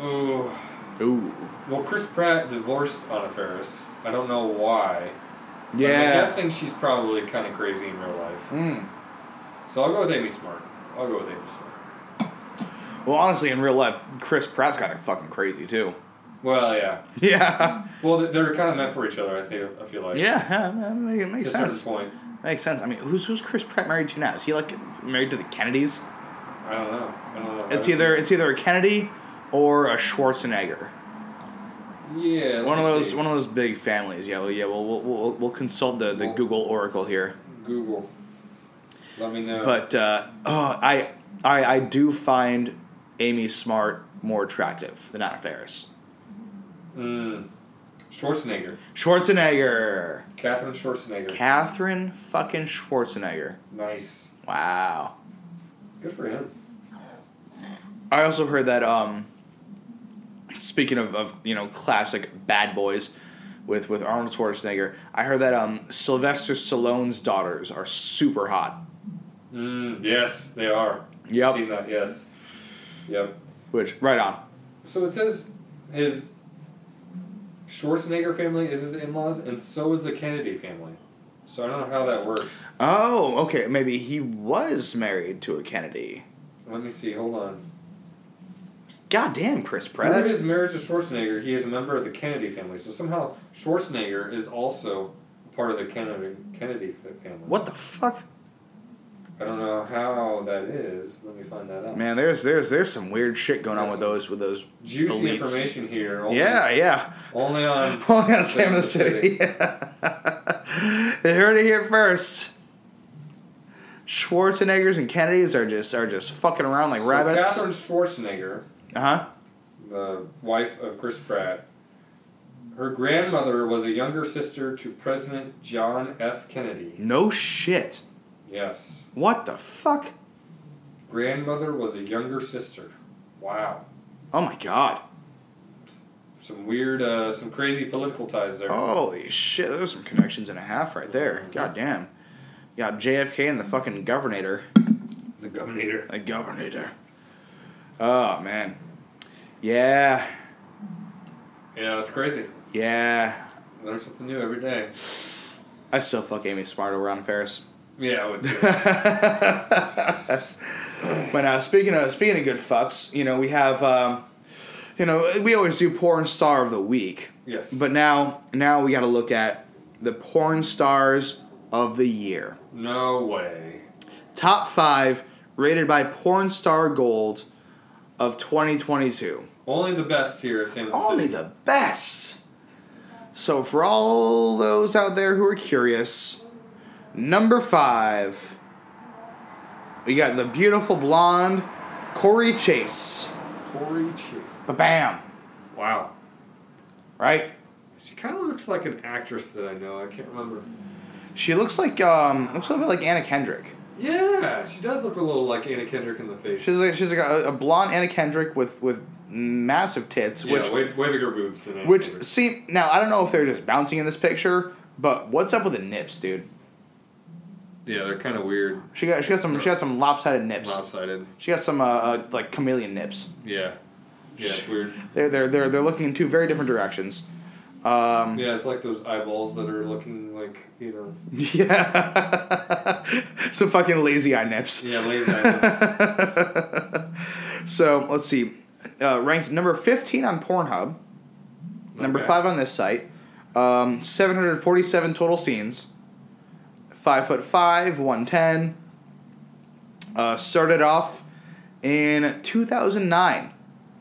Speaker 2: Ooh.
Speaker 1: Ooh.
Speaker 2: Well, Chris Pratt divorced Anna Faris. I don't know why. but I'm
Speaker 1: Yeah.
Speaker 2: guessing she's probably kind of crazy in real life.
Speaker 1: Mm.
Speaker 2: So I'll go with Amy Smart. I'll go with Amy Smart.
Speaker 1: Well, honestly, in real life, Chris Pratt's kind of fucking crazy too. (laughs)
Speaker 2: Well, yeah.
Speaker 1: Yeah.
Speaker 2: Well, they- they're kind of meant for each other. I think. I feel like.
Speaker 1: Yeah. yeah, It
Speaker 2: To a
Speaker 1: makes
Speaker 2: certain
Speaker 1: sense.
Speaker 2: point.
Speaker 1: Makes sense. I mean, who's who's Chris Pratt married to now? Is he like married to the Kennedys?
Speaker 2: I don't know. I don't know. I
Speaker 1: It's
Speaker 2: haven't
Speaker 1: either
Speaker 2: seen-
Speaker 1: it's either a Kennedy or a Schwarzenegger.
Speaker 2: Yeah. let
Speaker 1: One of
Speaker 2: me
Speaker 1: those
Speaker 2: see.
Speaker 1: one of those big families. Yeah. Well, yeah. Well, we'll we'll, we'll consult the, the
Speaker 2: Well-
Speaker 1: Google Oracle here.
Speaker 2: Google. Let me know.
Speaker 1: But uh, oh, I, I I do find Amy Smart more attractive than Anna Faris.
Speaker 2: Mm. Schwarzenegger.
Speaker 1: Schwarzenegger,
Speaker 2: Catherine Schwarzenegger.
Speaker 1: Catherine fucking Schwarzenegger.
Speaker 2: nice.
Speaker 1: Wow.
Speaker 2: Good for him.
Speaker 1: I also heard that um speaking of, of you know classic bad boys with with Arnold Schwarzenegger, I heard that um Sylvester Stallone's daughters are super hot.
Speaker 2: Mm, yes, they are.
Speaker 1: Yep.
Speaker 2: Seen that? Yes. Yep.
Speaker 1: Which right on.
Speaker 2: So it says his Schwarzenegger family is his in-laws, and so is the Kennedy family. So I don't know how that works.
Speaker 1: Oh, okay, maybe he was married to a Kennedy.
Speaker 2: Let me see. Hold on.
Speaker 1: Goddamn, Chris
Speaker 2: Prior to
Speaker 1: Pratt.
Speaker 2: his marriage to Schwarzenegger, he is a member of the Kennedy family. So somehow Schwarzenegger is also part of the Kennedy Kennedy fa- family.
Speaker 1: What the fuck?
Speaker 2: I don't know how that is. Let me find that out.
Speaker 1: Man, there's there's there's some weird shit going on with those with those.
Speaker 2: Juicy
Speaker 1: elites.
Speaker 2: information here. Only,
Speaker 1: Yeah, yeah. (laughs)
Speaker 2: Only on.
Speaker 1: Oh, yeah, Sam of the City. (laughs) they heard it here first. Schwarzeneggers and Kennedys are just are just fucking around like
Speaker 2: So
Speaker 1: rabbits. Uh-huh. Uh
Speaker 2: Catherine Schwarzenegger.
Speaker 1: huh.
Speaker 2: the wife of Chris Pratt. Her grandmother was a younger sister to President John F. Kennedy.
Speaker 1: No shit.
Speaker 2: Yes.
Speaker 1: What the fuck?
Speaker 2: Grandmother was a younger sister. Wow.
Speaker 1: Oh my god.
Speaker 2: Some weird, uh, some crazy political ties
Speaker 1: Oh.
Speaker 2: there.
Speaker 1: Holy shit. There's some connections and a half right there. God damn. You got JFK and the fucking governor.
Speaker 2: The governor.
Speaker 1: The governor. Oh man. Yeah.
Speaker 2: Yeah, it's crazy.
Speaker 1: Yeah.
Speaker 2: Learn something new every day.
Speaker 1: I still fuck Amy Smart over on Ferris. (laughs)
Speaker 2: Yeah, I would do.
Speaker 1: But now, uh, speaking of speaking of good fucks, you know we have, um, you know, we always do porn star of the week,
Speaker 2: yes.
Speaker 1: but now now we got to look at the porn stars of the year,
Speaker 2: no way.
Speaker 1: top five rated by Porn Star Gold of 2022.
Speaker 2: Only the best here at San Francisco.
Speaker 1: Only the best. So for all those out there who are curious, number five, we got the beautiful blonde Corey Chase.
Speaker 2: Corey Chase.
Speaker 1: Ba bam.
Speaker 2: Wow.
Speaker 1: Right?
Speaker 2: She kind of looks like an actress that I know. I can't remember.
Speaker 1: She looks like um looks a little bit like Anna Kendrick.
Speaker 2: Yeah, she does look a little like Anna Kendrick in the face.
Speaker 1: She's like she's like a, a blonde Anna Kendrick with with massive tits,
Speaker 2: yeah,
Speaker 1: which
Speaker 2: way, way bigger boobs than Anna
Speaker 1: which
Speaker 2: Kendrick.
Speaker 1: see now I don't know if they're just bouncing in this picture, but what's up with the nips, dude?
Speaker 2: Yeah, they're kind of weird,
Speaker 1: She got she got some she got some lopsided nips.
Speaker 2: lopsided.
Speaker 1: She got some uh, uh like chameleon nips.
Speaker 2: Yeah, yeah, it's weird.
Speaker 1: They're they're they're they're looking in two very different directions. (laughs) Um,
Speaker 2: Yeah, it's like those eyeballs that are looking like you know.
Speaker 1: Yeah, (laughs) some fucking lazy eye nips. (laughs)
Speaker 2: Yeah, lazy eyeballs.
Speaker 1: So let's see, uh, ranked number fifteen on Pornhub. Number
Speaker 2: Okay.
Speaker 1: five on this site. Um, 747 total scenes. Five foot five, 110. Uh, started off in 2009.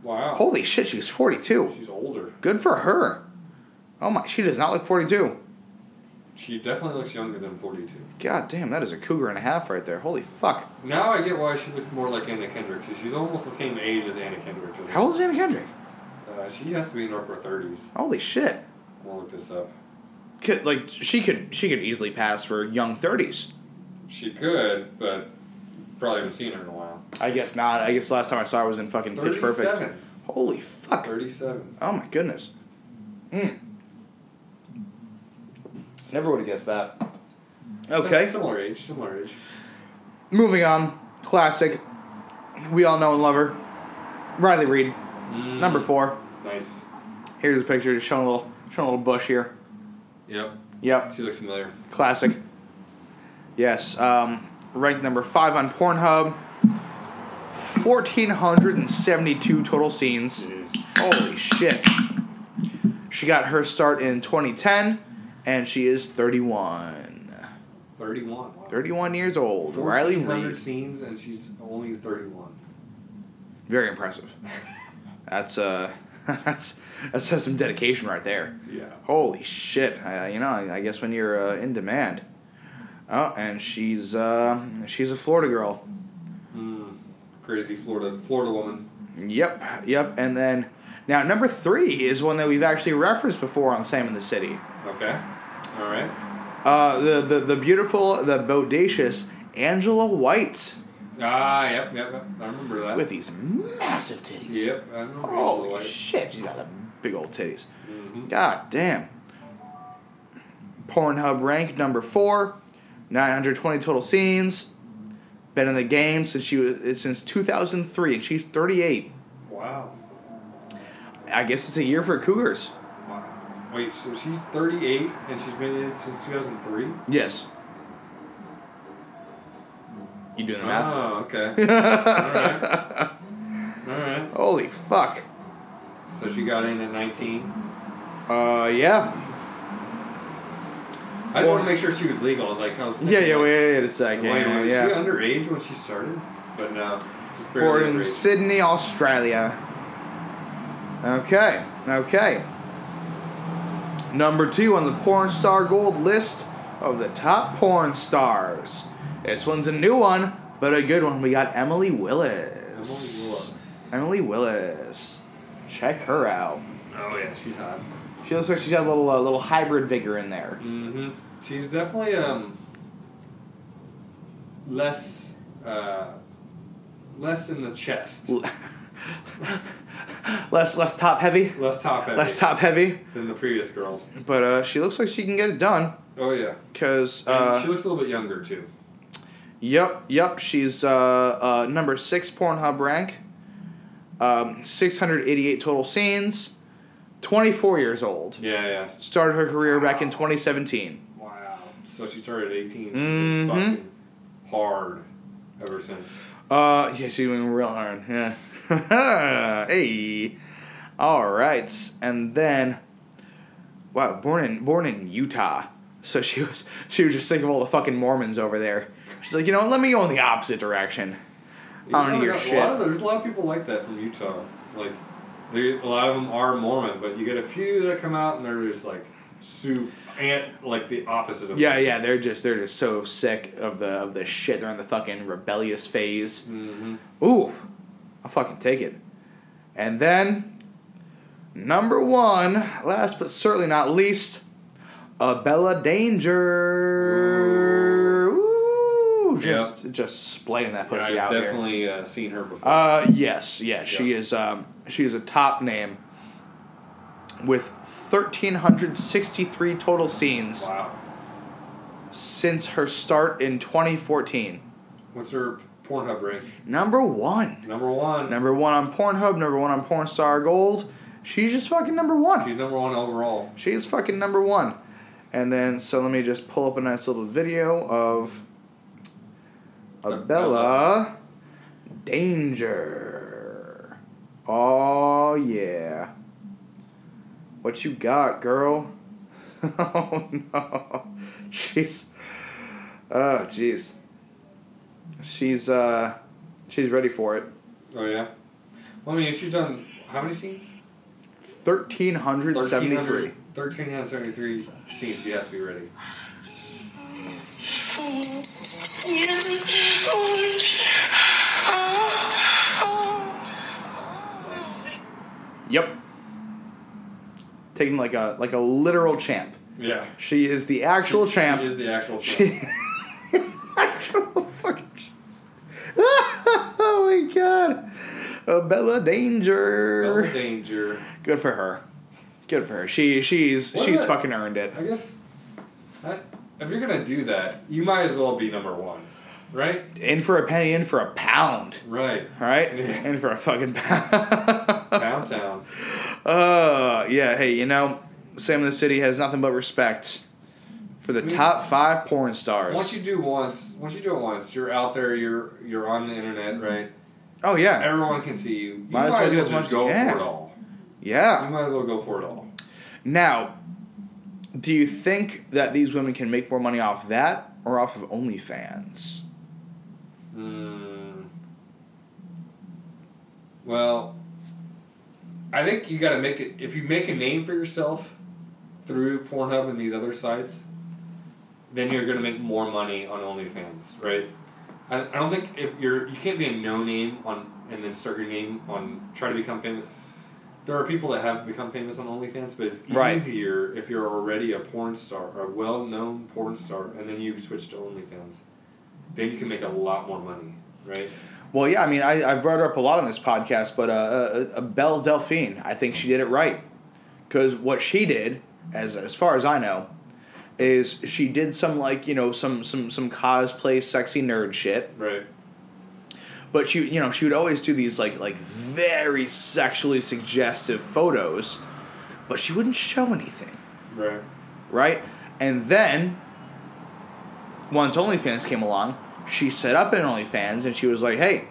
Speaker 2: Wow.
Speaker 1: Holy shit, she was 42.
Speaker 2: She's older.
Speaker 1: Good for her. Oh my, she does not look 42.
Speaker 2: She definitely looks younger than forty-two.
Speaker 1: God damn, that is a cougar and a half right there. Holy fuck.
Speaker 2: Now I get why she looks more like Anna Kendrick. 'cause she's almost the same age as Anna Kendrick. isn't
Speaker 1: How old is Anna Kendrick?
Speaker 2: she? Uh, she has to be in her upper thirties.
Speaker 1: Holy shit.
Speaker 2: I'm gonna look this up.
Speaker 1: Could, like she could she could easily pass for young 30s.
Speaker 2: She could, but probably haven't seen her in a while.
Speaker 1: I guess not. I guess last time I saw her was in fucking Pitch Perfect.
Speaker 2: Thirty-seven.
Speaker 1: Holy fuck.
Speaker 2: Thirty-seven.
Speaker 1: Oh my goodness. Mm. Never would have guessed that. Okay.
Speaker 2: Sim- Similar age, similar age.
Speaker 1: Moving on. Classic. We all know and love her. Riley Reed, number four.
Speaker 2: Nice.
Speaker 1: Here's a picture just showing a little showing a little bush here.
Speaker 2: Yep.
Speaker 1: Yep.
Speaker 2: She looks familiar.
Speaker 1: Classic. Yes. Um, ranked number five on Pornhub. 1,472 total scenes. Holy shit. She got her start in 2010, and she is 31.
Speaker 2: 31. Wow.
Speaker 1: 31 years old. Riley
Speaker 2: 1400
Speaker 1: Reid.
Speaker 2: scenes, and she's only 31.
Speaker 1: Very impressive. That's, uh, (laughs) that's, that says some dedication right there.
Speaker 2: Yeah.
Speaker 1: Holy shit. Uh, you know, I, I guess when you're uh, in demand. Oh, and she's uh, she's a Florida girl.
Speaker 2: Mm, crazy Florida Florida woman.
Speaker 1: Yep, yep. And then now number three is one that we've actually referenced before on Sam in the City.
Speaker 2: Okay. All right.
Speaker 1: Uh, the, the the beautiful, the bodacious Angela White
Speaker 2: Ah, yep, yep, yep. I remember that.
Speaker 1: with these massive titties.
Speaker 2: yep, I remember all the
Speaker 1: Holy
Speaker 2: way.
Speaker 1: shit, she's got the big old titties.
Speaker 2: Mhm.
Speaker 1: God damn. Pornhub rank number four, 920 total scenes. Been in the game since she was since 2003, and she's 38.
Speaker 2: Wow.
Speaker 1: I guess it's a year for cougars.
Speaker 2: Wow. Wait, so she's 38 and she's been in it since 2003?
Speaker 1: Yes. You doing the math?
Speaker 2: Oh,
Speaker 1: (laughs)
Speaker 2: okay. Alright. Alright.
Speaker 1: Holy fuck.
Speaker 2: So she got in at 19.
Speaker 1: Uh, yeah.
Speaker 2: I just want to make sure she was legal. I was like, I was
Speaker 1: Yeah,
Speaker 2: thinking,
Speaker 1: yeah,
Speaker 2: like,
Speaker 1: wait a second.
Speaker 2: Wait,
Speaker 1: Yeah,
Speaker 2: was she
Speaker 1: yeah.
Speaker 2: underage when she started? But no. she's barely
Speaker 1: Born in
Speaker 2: underage.
Speaker 1: Sydney, Australia. Okay, okay. Number two on the porn star gold list of the top porn stars. This one's a new one, but a good one. We got Emily Willis. Emily Willis. Check her out.
Speaker 2: Oh, yeah, she's hot.
Speaker 1: She looks like she's got a little uh, little hybrid vigor in there. (laughs)
Speaker 2: hmm She's definitely um less uh less in the chest,
Speaker 1: less less top heavy,
Speaker 2: less top heavy
Speaker 1: less top heavy.
Speaker 2: than the previous girls.
Speaker 1: But uh, she looks like she can get it done.
Speaker 2: Oh yeah,
Speaker 1: Cause
Speaker 2: And
Speaker 1: uh,
Speaker 2: she looks a little bit younger too.
Speaker 1: yep, yep, she's uh, uh, number six Pornhub rank. Um, six hundred eighty-eight total scenes. Twenty-four years old.
Speaker 2: Yeah, yeah.
Speaker 1: Started her career back in twenty seventeen.
Speaker 2: Wow. So she started at eighteen. So
Speaker 1: Mhm.
Speaker 2: been fucking hard ever since.
Speaker 1: Uh, yeah, she's been real hard. Yeah. (laughs) hey. All right, and then, wow, born in born in Utah, so she was she was just sick of all the fucking Mormons over there. She's like, you know, what, let me go in the opposite direction.
Speaker 2: You
Speaker 1: I don't
Speaker 2: know,
Speaker 1: hear
Speaker 2: a lot
Speaker 1: shit.
Speaker 2: of- there's a lot of people like that from Utah. Like, they, a lot of them are Mormon, but you get a few that come out and they're just like soup and like the opposite of
Speaker 1: Yeah, yeah, they're just they're just so sick of the of the shit. They're in the fucking rebellious phase.
Speaker 2: Mm-hmm.
Speaker 1: Ooh, I'll fucking take it. And then number one, last but certainly not least, Abella Danger. Ooh, just just splaying that
Speaker 2: Yeah,
Speaker 1: pussy
Speaker 2: I've
Speaker 1: out here.
Speaker 2: definitely uh, seen her before.
Speaker 1: Uh, yes, yes, she is. Um, she is a top name with thirteen hundred sixty-three total scenes
Speaker 2: wow.
Speaker 1: since her start in 2014.
Speaker 2: What's her Pornhub rank?
Speaker 1: Number one.
Speaker 2: Number one.
Speaker 1: Number one on Pornhub, number one on Pornstar Gold. She's just fucking number one.
Speaker 2: She's number one overall.
Speaker 1: She's fucking number one. And then, so let me just pull up a nice little video of Abella Danger. Oh, yeah. What you got, girl? (laughs) oh, no. She's. Oh, jeez. She's, uh. She's ready for it.
Speaker 2: Oh yeah. Well, I mean, she's done how many scenes?
Speaker 1: 1,373.
Speaker 2: 1373 scenes. She has to be ready. Nice.
Speaker 1: Yep. Taking like a like a literal champ.
Speaker 2: Yeah.
Speaker 1: She is the actual
Speaker 2: She-
Speaker 1: champ.
Speaker 2: She is the actual champ.
Speaker 1: (laughs) actual fucking. ch- (laughs) oh my god, Abella Danger.
Speaker 2: Bella Danger.
Speaker 1: Good for her. Good for her. She she's
Speaker 2: What
Speaker 1: she's
Speaker 2: about-
Speaker 1: fucking earned it.
Speaker 2: I guess. I, if you're gonna do that, you might as well be number one, right?
Speaker 1: In for a penny, in for a pound.
Speaker 2: Right.
Speaker 1: All right,
Speaker 2: Yeah.
Speaker 1: in for a fucking (laughs) pound.
Speaker 2: Downtown.
Speaker 1: uh, yeah. Hey, you know, Sam in the City has nothing but respect for the
Speaker 2: I mean,
Speaker 1: top five porn stars.
Speaker 2: Once you do once, once you do it once, you're out there. You're you're on the internet, right?
Speaker 1: oh yeah,
Speaker 2: Everyone can see you. You
Speaker 1: Might as well get as much-
Speaker 2: just go
Speaker 1: yeah.
Speaker 2: for it all. You
Speaker 1: yeah.
Speaker 2: might as well go for it all.
Speaker 1: Now, do you think that these women can make more money off that or off of OnlyFans?
Speaker 2: Mm. Well, I think you got to make it. If you make a name for yourself through Pornhub and these other sites, then you're gonna make more money on OnlyFans, right? I, I don't think if you're you can't be a no name on and then start your name on try to become famous. There are people that have become famous on OnlyFans, but it's
Speaker 1: Right.
Speaker 2: easier if you're already a porn star, a well-known porn star, and then you switch to OnlyFans. Then you can make a lot more money, right?
Speaker 1: Well, yeah, I mean, I, I've brought her up a lot on this podcast, but uh, uh, uh, Belle Delphine, I think she did it right. Because what she did, as as far as I know, is she did some like you know some some some cosplay sexy nerd shit,
Speaker 2: Right.
Speaker 1: but she you know she would always do these like like very sexually suggestive photos, but she wouldn't show anything,
Speaker 2: Right.
Speaker 1: right? And then once OnlyFans came along, she set up an OnlyFans and she was like, "Hey,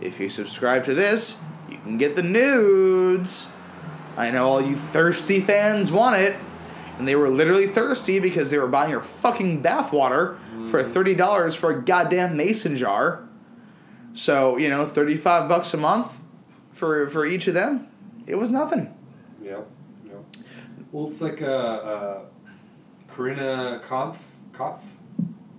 Speaker 1: if you subscribe to this, you can get the nudes. I know all you thirsty fans want it." And they were literally thirsty because they were buying her fucking bathwater for thirty dollars for a goddamn mason jar. So you know, thirty-five bucks a month for for each of them, it was nothing.
Speaker 2: Yep. Yep. Well, it's like uh, uh, Karina Kampf, Kampf,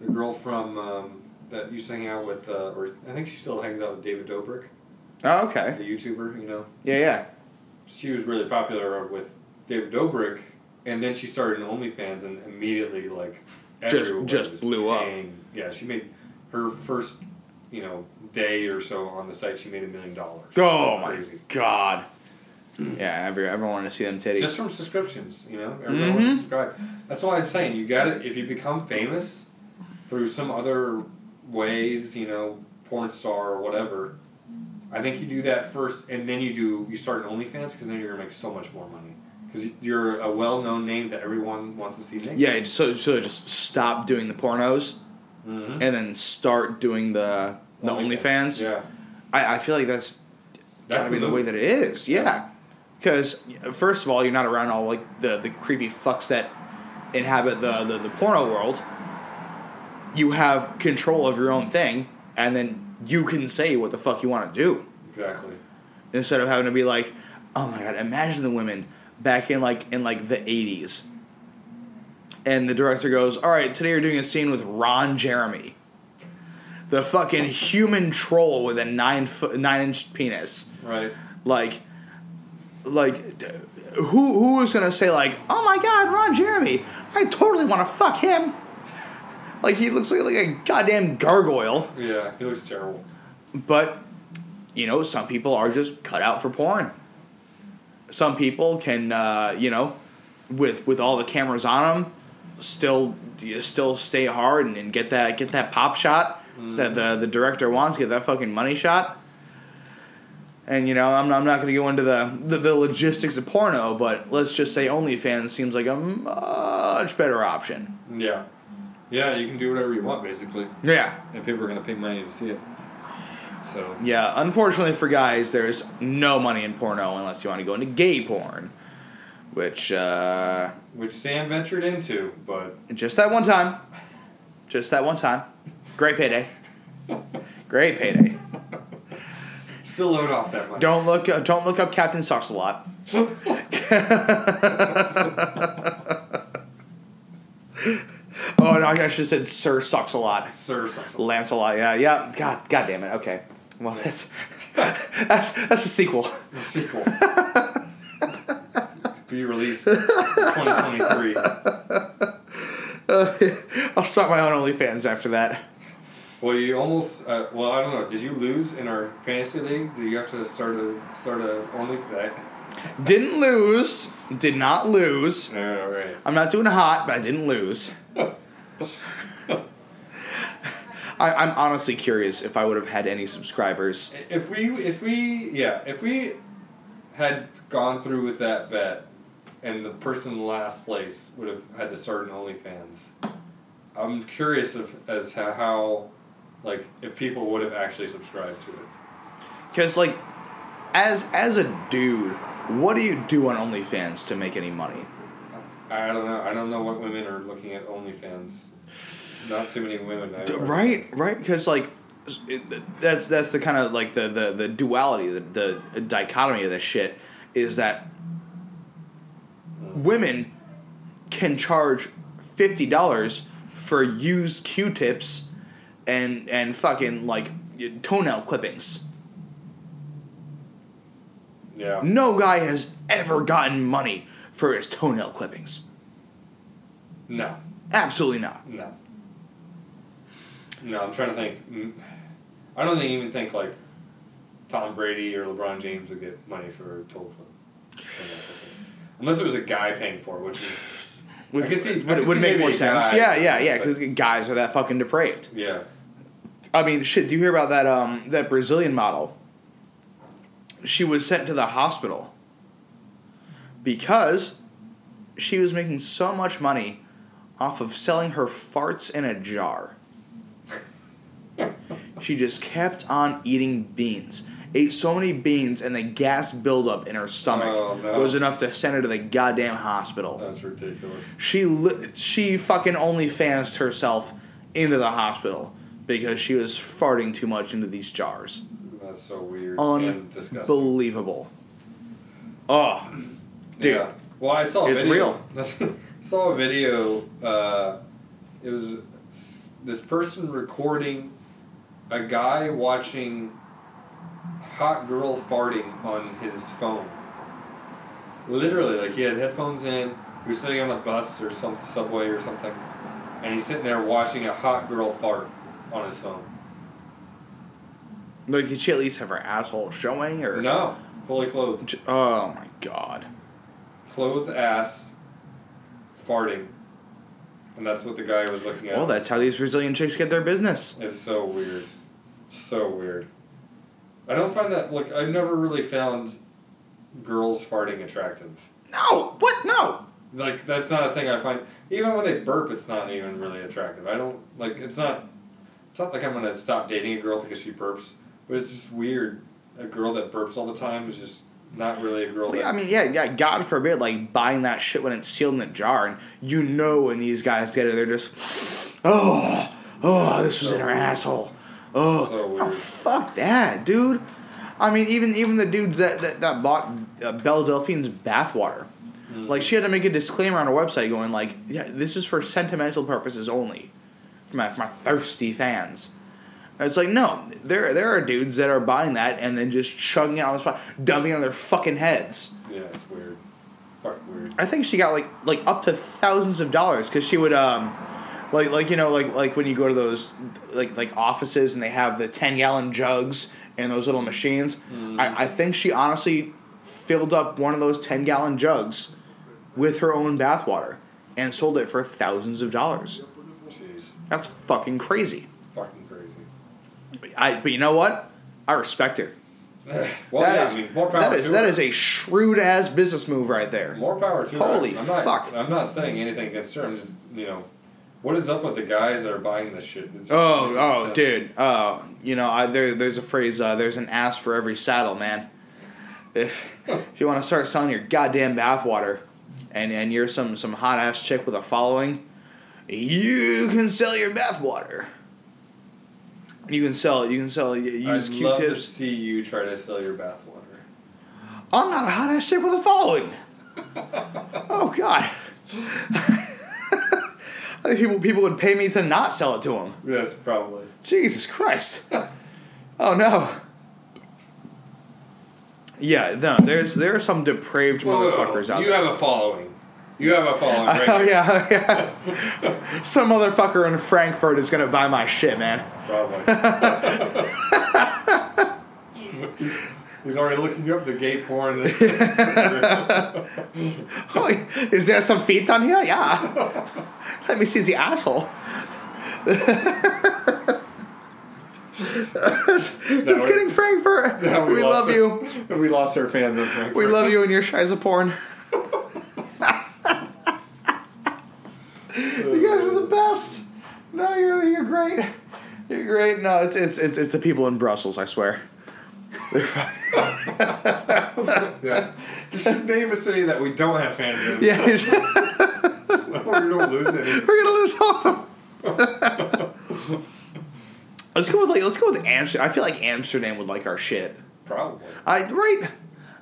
Speaker 2: the girl from um, that used to hang out with, uh, or I think she still hangs out with David Dobrik,
Speaker 1: Oh,
Speaker 2: the
Speaker 1: okay.
Speaker 2: YouTuber. You know,
Speaker 1: Yeah, yeah.
Speaker 2: she was really popular with David Dobrik, and then she started an OnlyFans, and immediately like
Speaker 1: Just-
Speaker 2: everyone
Speaker 1: just
Speaker 2: was
Speaker 1: blew up.
Speaker 2: paying- Yeah, she made her first, you know, day or so on the site. She made a million dollars.
Speaker 1: Oh
Speaker 2: It's
Speaker 1: my
Speaker 2: crazy. Hmm.
Speaker 1: god. Yeah, every, everyone wanted to see them titties.
Speaker 2: just from subscriptions. You know, everyone wants to
Speaker 1: Mhm.
Speaker 2: subscribe. That's why I'm saying you got to If you become famous through some other ways, you know, porn star or whatever, I think you do that first, and then you do you start an OnlyFans because then you're gonna make so much more money because you're a well-known name that everyone wants to see. Naked.
Speaker 1: yeah, so so just stop doing the pornos
Speaker 2: Mm-hmm.
Speaker 1: and then start doing the the OnlyFans.
Speaker 2: Yeah.
Speaker 1: I, I feel like that's
Speaker 2: That's
Speaker 1: gotta be the way
Speaker 2: move.
Speaker 1: that it is. Yeah, because first of all, you're not around all like the the creepy fucks that inhabit the, the the porno world. You have control of your own thing, and then you can say what the fuck you want to do
Speaker 2: exactly.
Speaker 1: instead of having to be like, oh my god, imagine the women back in like in like the '80s. And the director goes, "All right, today you're doing a scene with Ron Jeremy, the fucking human troll with a nine foot nine inch penis."
Speaker 2: Right.
Speaker 1: like like d- who who is gonna say like oh my god ron jeremy i totally want to fuck him like he looks like, like a goddamn gargoyle
Speaker 2: Yeah. He looks terrible.
Speaker 1: but you know some people are just cut out for porn some people can uh, you know with with all the cameras on them still you still stay hard and, and get that get that pop shot that the the director wants get that fucking money shot and you know I'm, I'm not going to go into the, the the logistics of porno but let's just say OnlyFans seems like a much better option
Speaker 2: Yeah. Yeah. You can do whatever you want basically,
Speaker 1: yeah
Speaker 2: and people are gonna pay money to see it. So.
Speaker 1: Yeah, unfortunately for guys, there's no money in porno unless you want to go into gay porn, which uh,
Speaker 2: which Sam ventured into, but
Speaker 1: just that one time, just that one time, great payday, great payday.
Speaker 2: still owed off that money.
Speaker 1: Don't look, uh, don't look up Captain Sucks a lot. (laughs) oh no, I should have said Sir Sucks a lot.
Speaker 2: Sir sucks. a lot.
Speaker 1: Lancelot, yeah, yeah. God, God damn it. Okay, well that's (laughs) that's that's a sequel.
Speaker 2: The sequel. Be released in 2023.
Speaker 1: (laughs) I'll start my own OnlyFans after that.
Speaker 2: Well, you almost. Uh, well, I don't know. Did you lose in our fantasy league? Did you have to start a start a only? That.
Speaker 1: Didn't lose. Did not lose.
Speaker 2: All right.
Speaker 1: I'm not doing hot, but I didn't lose. (laughs) I, I'm honestly curious if I would have had any subscribers.
Speaker 2: If we if we yeah if we had gone through with that bet, and the person last place would have had to start an OnlyFans, I'm curious if, as how, how like if people would have actually subscribed to it.
Speaker 1: Because, like, as as a dude, what do you do on OnlyFans to make any money?
Speaker 2: I don't know. I don't know what women are looking at OnlyFans. Not too many women. I
Speaker 1: D- Right, right. Because like, it, that's that's the kind of like the the the duality, the, the dichotomy of this shit is that
Speaker 2: Mm.
Speaker 1: women can charge fifty dollars for used Q-tips and and fucking like toenail clippings.
Speaker 2: Yeah.
Speaker 1: No guy has ever gotten money for his toenail clippings.
Speaker 2: No.
Speaker 1: Absolutely not.
Speaker 2: No. No, I'm trying to think. Mm, I don't think, even think like Tom Brady or LeBron James would get money for toll for. Unless it was a guy paying for it, which is
Speaker 1: Which
Speaker 2: I can see- I
Speaker 1: would,
Speaker 2: can
Speaker 1: would
Speaker 2: see
Speaker 1: make
Speaker 2: maybe
Speaker 1: more
Speaker 2: a
Speaker 1: sense.
Speaker 2: guy-
Speaker 1: Yeah, yeah, yeah. Because guys are that fucking depraved.
Speaker 2: yeah,
Speaker 1: I mean, shit. Do you hear about that um that Brazilian model? She was sent to the hospital because she was making so much money off of selling her farts in a jar. she just kept on eating beans. Ate so many beans, and the gas buildup in her stomach
Speaker 2: Oh, no. Oh,
Speaker 1: was enough to send her to the goddamn hospital.
Speaker 2: that's ridiculous.
Speaker 1: she li- she fucking only fanced herself into the hospital because she was farting too much into these jars.
Speaker 2: That's so weird and disgusting.
Speaker 1: Unbelievable. Oh, dude.
Speaker 2: Yeah. Well, I saw a
Speaker 1: It's
Speaker 2: video. (laughs) real. saw a video. Uh, it was s- this person recording a guy watching hot girl farting on his phone. Literally, like he had headphones in. He was sitting on a bus or some subway or something, and he's sitting there watching a hot girl fart on his phone.
Speaker 1: Like, did she at least have her asshole showing or?
Speaker 2: No, fully clothed.
Speaker 1: J- Oh my god.
Speaker 2: clothed ass farting. And that's what the guy was looking at.
Speaker 1: Well, that's how these Brazilian chicks get their business.
Speaker 2: It's so weird. So weird. I don't find that, look, I've never really found girls farting attractive.
Speaker 1: No, what? No.
Speaker 2: Like, that's not a thing I find. Even when they burp, it's not even really attractive. I don't, like, it's not, it's not like I'm going to stop dating a girl because she burps. But it's just weird. A girl that burps all the time is just not really a girl
Speaker 1: Well,
Speaker 2: that.
Speaker 1: yeah, I mean, yeah, yeah. God forbid, like buying that shit when it's sealed in a jar, and you know when these guys get it, they're just, oh, oh, this was in her asshole. Oh,
Speaker 2: So weird.
Speaker 1: oh, fuck that, dude. I mean, even even the dudes that that, that bought uh, Belle Delphine's bathwater,
Speaker 2: Hmm.
Speaker 1: like she had to make a disclaimer on her website going like, yeah, this is for sentimental purposes only, for my for my thirsty fans. And It's like no, there there are dudes that are buying that and then just chugging it on the spot, dumping it on their fucking heads.
Speaker 2: yeah, it's weird. Fuck weird.
Speaker 1: I think she got like like up to thousands of dollars because she would um like like you know like like when you go to those like like offices and they have the ten gallon jugs and those little machines.
Speaker 2: Mm.
Speaker 1: I, I think she honestly filled up one of those ten gallon jugs with her own bathwater and sold it for thousands of dollars.
Speaker 2: Jeez.
Speaker 1: That's fucking crazy.
Speaker 2: Fucking crazy.
Speaker 1: I but you know what? I respect her.
Speaker 2: Well,
Speaker 1: That
Speaker 2: Oh, yeah,
Speaker 1: is-
Speaker 2: I mean, more power
Speaker 1: that
Speaker 2: to
Speaker 1: is
Speaker 2: her.
Speaker 1: that is a shrewd ass business move right there.
Speaker 2: more power to her.
Speaker 1: Holy
Speaker 2: I'm not,
Speaker 1: fuck.
Speaker 2: I'm not saying anything against her. I'm just you know, what is up with the guys that are buying this shit? It's just
Speaker 1: Oh,
Speaker 2: making
Speaker 1: oh,
Speaker 2: sense.
Speaker 1: dude. Oh, you know, I, there, there's a phrase. Uh, there's an ass for every saddle, man. If if you want to start selling your goddamn bathwater, and and you're some some hot ass chick with a following, you can sell your bathwater. You can sell. You can sell. You use
Speaker 2: I'd love to
Speaker 1: Q-tips.
Speaker 2: see you try to sell your bathwater.
Speaker 1: I'm not a hot ass chick with a
Speaker 2: (laughs)
Speaker 1: following. oh God. (laughs) I think people people would pay me to not sell it to them.
Speaker 2: Yes, probably.
Speaker 1: Jesus Christ. oh no. Yeah, no, there's there are some depraved motherfuckers out
Speaker 2: Oh, you
Speaker 1: there.
Speaker 2: have a following. You have a following.
Speaker 1: (laughs)
Speaker 2: Right?
Speaker 1: Oh yeah, oh, yeah. some motherfucker in Frankfurt is gonna buy my shit, man.
Speaker 2: Probably.
Speaker 1: (laughs)
Speaker 2: he's, he's already looking up the gay porn.
Speaker 1: (laughs) Oh, is there some feet on here? Yeah. Let me see the asshole. Just
Speaker 2: we-
Speaker 1: kidding, Frankfurt.
Speaker 2: that
Speaker 1: we love
Speaker 2: lost our-
Speaker 1: you.
Speaker 2: We lost our fans in Frankfurt.
Speaker 1: We love you and your shies of porn. You guys are the best. No, you're you're great. You're great. No, it's it's it's, it's the people in Brussels. I swear. (laughs)
Speaker 2: Yeah. You should name a city that we don't have fans in. (laughs)
Speaker 1: Yeah, we're
Speaker 2: Or you don't lose any.
Speaker 1: gonna lose all of them. (laughs) let's go with like let's go with Amsterdam. I feel like Amsterdam would like our shit.
Speaker 2: Probably.
Speaker 1: I right.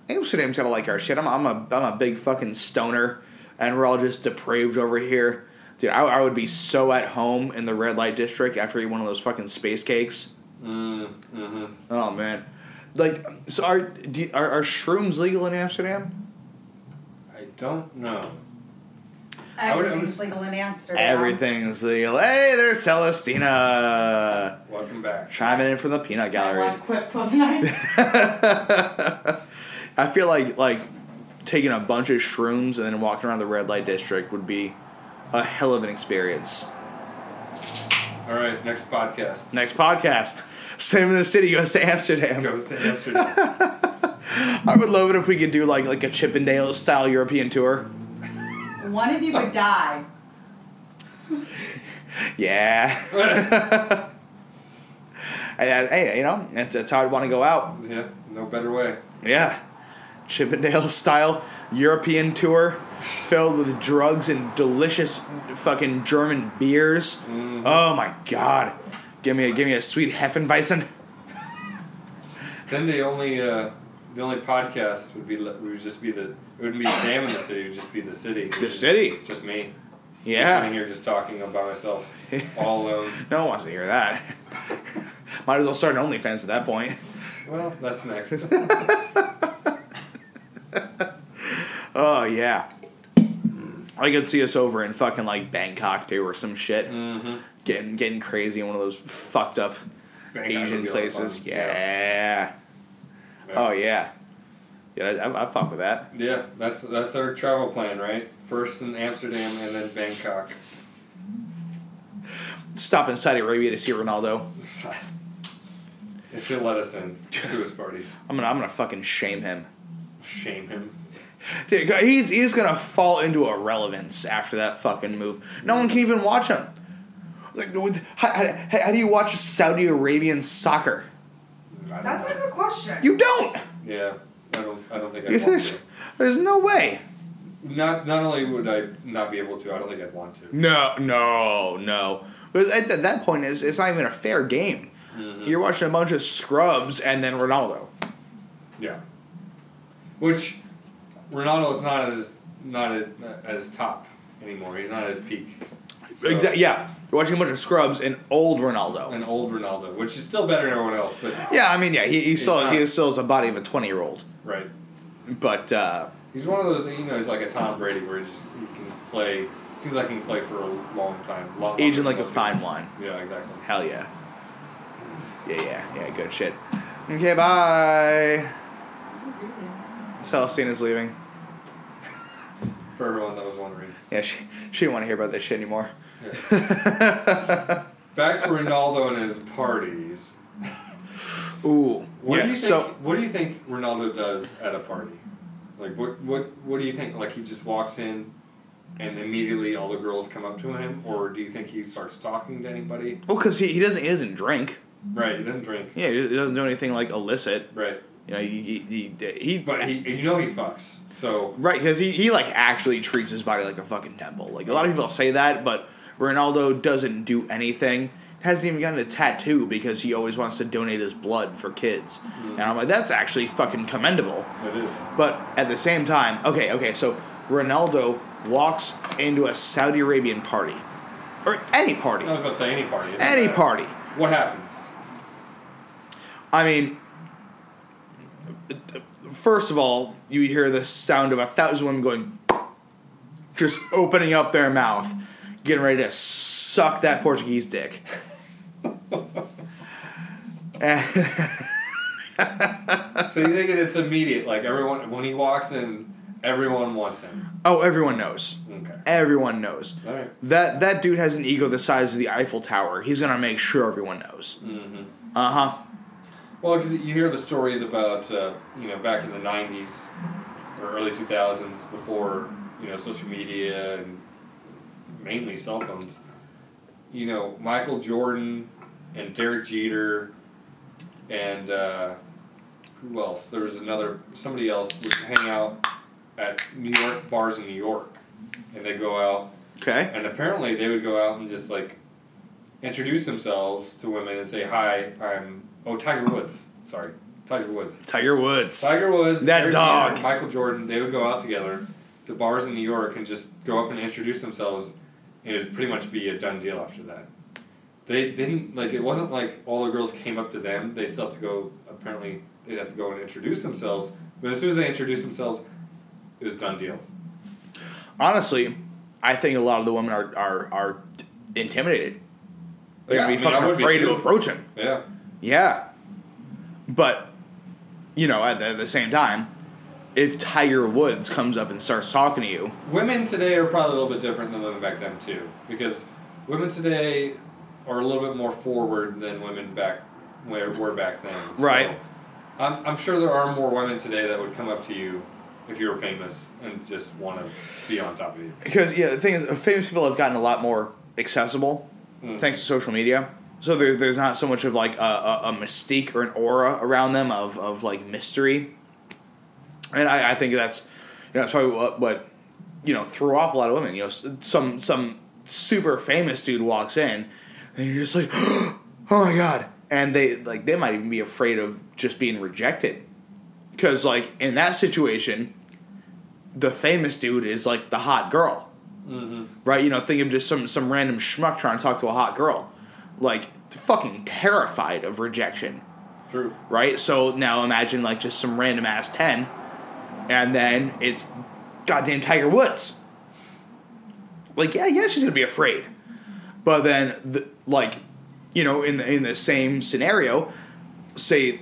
Speaker 1: Amsterdam's gotta like our shit. I'm I'm a I'm a big fucking stoner, and we're all just depraved over here. Dude, I, I would be so at home in the red light district after I eat one of those fucking space cakes.
Speaker 2: Mm, hmm
Speaker 1: Oh man, like so are do you- are, are shrooms legal in Amsterdam?
Speaker 2: I don't know. I would-
Speaker 3: Everything's legal in Amsterdam.
Speaker 1: Everything's legal. Hey, there's Celestina
Speaker 2: Welcome back.
Speaker 1: chiming in from the peanut gallery.
Speaker 3: I want quip of night.
Speaker 1: (laughs) I feel like like taking a bunch of shrooms and then walking around the red light district would be a hell of an experience.
Speaker 2: All right, next podcast.
Speaker 1: Next podcast, (laughs) Sam in the City goes to
Speaker 2: (laughs)
Speaker 1: Amsterdam.
Speaker 2: Goes to Amsterdam.
Speaker 1: I would love it if we could do like like a Chippendale style European tour.
Speaker 3: (laughs) One of you would die.
Speaker 1: Yeah. (laughs) And, uh, hey, you know, that's, that's how I'd want to go out.
Speaker 2: (laughs) yeah, no better way.
Speaker 1: Yeah. Chippendale (laughs) style European tour filled with drugs and delicious fucking German beers. Oh my god. Give me a give me a sweet Heffenweizen.
Speaker 2: Then the only uh, the only podcast would be le- would just be the it wouldn't be Sam in the city. It would just be the city.
Speaker 1: The city.
Speaker 2: Just me. Just sitting
Speaker 1: Yeah.
Speaker 2: here just talking by
Speaker 1: (laughs)
Speaker 2: myself, all alone.
Speaker 1: No one wants to hear that. (laughs) Might as well start an OnlyFans at that point.
Speaker 2: Well, that's
Speaker 1: (laughs)
Speaker 2: next. Mm-hmm.
Speaker 1: Oh yeah. I could see us over in fucking like Bangkok too or some shit.
Speaker 2: mm-hmm.
Speaker 1: Getting getting crazy in one of those fucked up Asian places. Yeah. Oh yeah. Yeah, I, I, I fuck with that.
Speaker 2: Yeah, that's that's our travel plan, right? First in Amsterdam and then Bangkok.
Speaker 1: Stop in Saudi Arabia to see Ronaldo.
Speaker 2: If he'll let us in to his parties,
Speaker 1: I'm gonna I'm gonna fucking shame him.
Speaker 2: shame him.
Speaker 1: Dude, he's he's gonna fall into irrelevance after that fucking move. No one can even watch him. Like, with- how, how, how do you watch Saudi Arabian soccer?
Speaker 2: I don't
Speaker 3: That's a
Speaker 2: know.
Speaker 3: good question.
Speaker 1: You don't.
Speaker 2: yeah. I don't. I don't think I want
Speaker 1: There's,
Speaker 2: to.
Speaker 1: there's no way.
Speaker 2: Not not only would I not be able to, I don't think I'd want to.
Speaker 1: No, no, no. But at, at that point, it's, it's not even a fair game. You're watching a bunch of scrubs and then Ronaldo.
Speaker 2: Yeah. Which Ronaldo is not as not as, as top anymore. He's not at his peak. So,
Speaker 1: Exactly. Yeah, you're watching a bunch of scrubs and old Ronaldo.
Speaker 2: An old Ronaldo, which is still better than everyone else, but
Speaker 1: Yeah, I mean, yeah, he, he still
Speaker 2: not-
Speaker 1: he still has a body of a twenty year old,
Speaker 2: right.
Speaker 1: but uh,
Speaker 2: He's one of those, you know, he's like a Tom Brady where he just he can play. Seems like he can play for a long time. Lot longer
Speaker 1: aging
Speaker 2: than
Speaker 1: like a
Speaker 2: most people.
Speaker 1: fine wine.
Speaker 2: Yeah, exactly.
Speaker 1: Hell yeah. Yeah, yeah, yeah. Good shit. Okay, bye. Celestina's leaving.
Speaker 2: For everyone that was wondering.
Speaker 1: Yeah, she she didn't want to hear about this shit anymore.
Speaker 2: Back to Ronaldo and his parties.
Speaker 1: (laughs) Ooh.
Speaker 2: What
Speaker 1: yeah.
Speaker 2: do you think,
Speaker 1: so
Speaker 2: What do you think Ronaldo does at a party? Like what what what do you think? Like he just walks in, and immediately all the girls come up to him, or do you think he starts talking to anybody?
Speaker 1: well, because oh, he, he doesn't he doesn't drink.
Speaker 2: Right, he doesn't drink.
Speaker 1: Yeah, he doesn't do anything like illicit.
Speaker 2: Right,
Speaker 1: You know, he he, he, he
Speaker 2: but he you know he fucks. So
Speaker 1: Right, because he, he like actually treats his body like a fucking temple. Like a lot of people say that, but Ronaldo doesn't do anything. Hasn't even gotten a tattoo because he always wants to donate his blood for kids. And I'm like, that's actually fucking commendable.
Speaker 2: it is.
Speaker 1: But at the same time, okay, okay, so Ronaldo walks into a Saudi Arabian party. Or any party.
Speaker 2: I was about to say any party. it doesn't
Speaker 1: Any
Speaker 2: matter.
Speaker 1: party.
Speaker 2: What happens?
Speaker 1: I mean, first of all, you hear the sound of a thousand women going, just opening up their mouth, getting ready to suck that Portuguese dick. (laughs) And-
Speaker 2: so you think it's immediate? Like everyone when he walks in, everyone wants him.
Speaker 1: oh, everyone knows.
Speaker 2: Okay.
Speaker 1: Everyone knows.
Speaker 2: All right.
Speaker 1: That that dude has an ego the size of the Eiffel Tower. He's gonna make sure everyone knows.
Speaker 2: Mm-hmm.
Speaker 1: Uh huh.
Speaker 2: Well, because you hear the stories about uh, you know back in the '90s or early 2000s, before you know social media and mainly cell phones. You know Michael Jordan and Derek Jeter and uh, who else? There was another somebody else would hang out at New York bars in New York, and they go out
Speaker 1: Okay.
Speaker 2: and apparently they would go out and just like introduce themselves to women and say, "Hi, I'm oh Tiger Woods." Sorry, Tiger Woods.
Speaker 1: Tiger Woods.
Speaker 2: Tiger Woods.
Speaker 1: That
Speaker 2: Derek
Speaker 1: dog.
Speaker 2: Jeter, Michael Jordan. They would go out together to bars in New York and just go up and introduce themselves and it was pretty much be a done deal after that. They didn't like it wasn't like all the girls came up to them. They still have to go. Apparently, they'd have to go and introduce themselves. But as soon as they introduced themselves, it was done deal.
Speaker 1: Honestly, I think a lot of the women are are, are intimidated. They're
Speaker 2: Yeah,
Speaker 1: gonna
Speaker 2: I
Speaker 1: be
Speaker 2: mean, I
Speaker 1: fucking
Speaker 2: would be
Speaker 1: afraid to
Speaker 2: too.
Speaker 1: approach him.
Speaker 2: Yeah,
Speaker 1: Yeah, but you know, at the, at the same time, if Tiger Woods comes up and starts talking to you,
Speaker 2: women today are probably a little bit different than women back then too, because women today are a little bit more forward than women back where were back then. So,
Speaker 1: Right.
Speaker 2: I'm, I'm sure there are more women today that would come up to you if you were famous and just want to be on top of you.
Speaker 1: because yeah, the thing is, famous people have gotten a lot more accessible
Speaker 2: Mm.
Speaker 1: thanks to social media. So there, there's not so much of like a, a, a mystique or an aura around them of, of like mystery, and I, I think that's you know that's probably what, what you know threw off a lot of women. You know, s- some some super famous dude walks in, and you're just like, (gasps) oh my god, and they like they might even be afraid of just being rejected, because like in that situation, the famous dude is like the hot girl right? You know, think of just some some random schmuck trying to talk to a hot girl, like fucking terrified of rejection,
Speaker 2: True.
Speaker 1: right? So now imagine like just some random ass ten, and then it's goddamn Tiger Woods. Like yeah, yeah, she's gonna be afraid, but then the, like, you know, in the in the same scenario, say,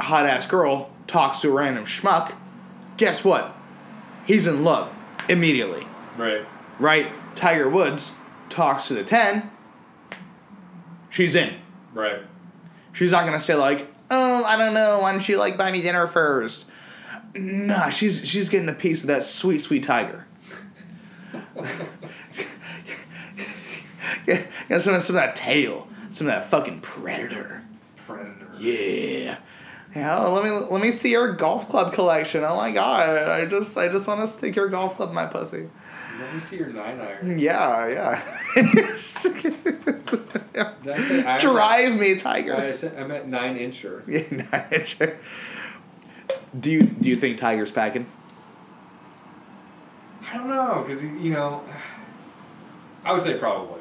Speaker 1: hot ass girl talks to a random schmuck, guess what? He's in love immediately
Speaker 2: Right.
Speaker 1: right? Tiger Woods talks to the 10. She's in.
Speaker 2: Right.
Speaker 1: She's not going to say, like, oh, I don't know, why don't you, like, buy me dinner first? Nah, she's, she's getting a piece of that sweet, sweet tiger. (laughs) yeah, yeah, some, of- some of that tail. Some of that fucking predator.
Speaker 2: Predator.
Speaker 1: Yeah. Yeah, oh, let me let me see your golf club collection. Oh my god, I just I just want to stick your golf club in my pussy.
Speaker 2: Let me see your nine iron.
Speaker 1: Yeah, (laughs) yeah.
Speaker 2: Did I say iron?
Speaker 1: Drive me,
Speaker 2: I
Speaker 1: Tiger.
Speaker 2: said I'm at nine incher.
Speaker 1: Yeah, (laughs) nine incher. Do you do you think Tiger's packing?
Speaker 2: I don't know, cause you you know, I would say probably.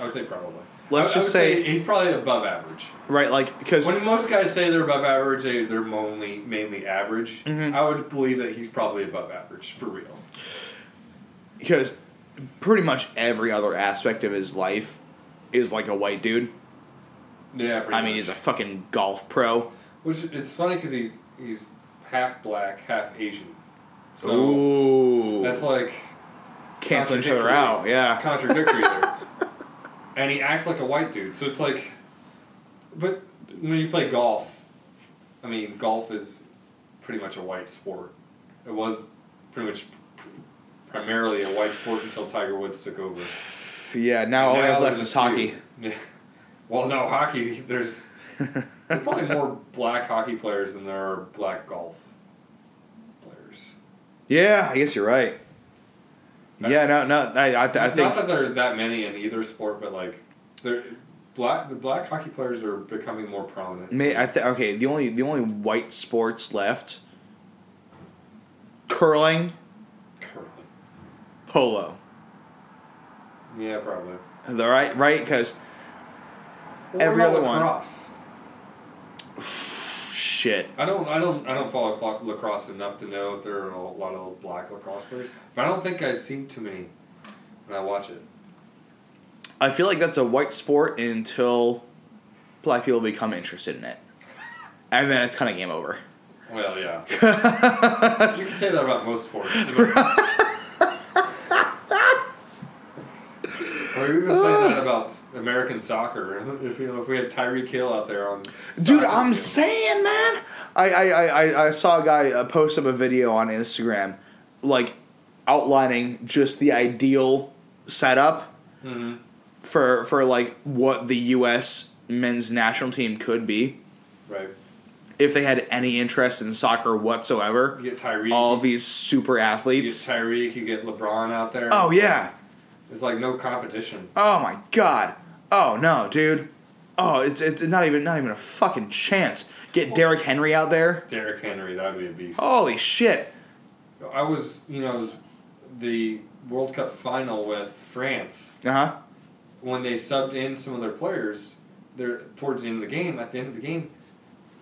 Speaker 2: I would say probably.
Speaker 1: Let's
Speaker 2: I- I
Speaker 1: just
Speaker 2: would
Speaker 1: say-
Speaker 2: he's probably above average.
Speaker 1: Right, like because
Speaker 2: When most guys say they're above average, they, they're mainly mainly average.
Speaker 1: Mhm.
Speaker 2: I would believe that he's probably above average for real.
Speaker 1: because pretty much every other aspect of his life is like a white dude.
Speaker 2: Yeah, pretty
Speaker 1: I mean,
Speaker 2: much.
Speaker 1: he's a fucking golf pro.
Speaker 2: which it's funny because he's he's half black, half Asian. So
Speaker 1: Ooh,
Speaker 2: that's like
Speaker 1: cancel each other
Speaker 2: contradictory.
Speaker 1: out. Yeah,
Speaker 2: contradictory there. And he acts like a white dude, so it's like, but when you play golf, I mean, golf is pretty much a white sport. It was pretty much primarily a white sport until Tiger Woods took over.
Speaker 1: Oh, yeah. Now all I
Speaker 2: Now
Speaker 1: have left
Speaker 2: there's
Speaker 1: is
Speaker 2: a
Speaker 1: hockey.
Speaker 2: few. Yeah. (laughs) Well, no, hockey, there's there's probably more black hockey players than there are black golf players.
Speaker 1: (laughs) Yeah, I guess you're right. Yeah, no, no. I, I, I
Speaker 2: Not
Speaker 1: think
Speaker 2: that there are that many in either sport, but like, they're, black the black hockey players are becoming more prominent.
Speaker 1: May I th- okay, the only the only white sports left curling,
Speaker 2: Curling.
Speaker 1: polo.
Speaker 2: Yeah, probably.
Speaker 1: The right right cuz
Speaker 2: Or
Speaker 1: Every
Speaker 2: about
Speaker 1: other one.
Speaker 2: lacrosse.
Speaker 1: shit.
Speaker 2: I don't, I don't, I don't follow clock- lacrosse enough to know if there are a lot of black lacrosse players, but I don't think I've seen too many when I watch it.
Speaker 1: I feel like that's a white sport until black people become interested in it. And then it's kind of game over.
Speaker 2: Well, yeah. you can say that about
Speaker 1: (laughs)
Speaker 2: most sports. You or even saying that about s- American soccer. (laughs) If, you know, if we had Tyreek Hill out there on.
Speaker 1: (laughs) Dude,
Speaker 2: soccer
Speaker 1: I'm
Speaker 2: field.
Speaker 1: saying, man. I I, I, I I saw a guy uh, post up a video on Instagram, like outlining just the ideal setup Mm-hmm. for for like what the U.S. men's national team could be
Speaker 2: Right.
Speaker 1: if they had any interest in soccer whatsoever.
Speaker 2: You get Tyreek.
Speaker 1: All these super
Speaker 2: you get
Speaker 1: athletes.
Speaker 2: Tyreek. You get LeBron out there.
Speaker 1: Oh yeah.
Speaker 2: It's like no competition.
Speaker 1: Oh my god. Oh no, dude. Oh, it's it's not even not even a fucking chance. Get Derrick Henry out there. Oh.
Speaker 2: Derrick Henry, that would be a beast.
Speaker 1: Holy shit.
Speaker 2: I was, you know, I was the World Cup final with France,
Speaker 1: Uh huh.
Speaker 2: when they subbed in some of their players, there towards the end of the game, at the end of the game,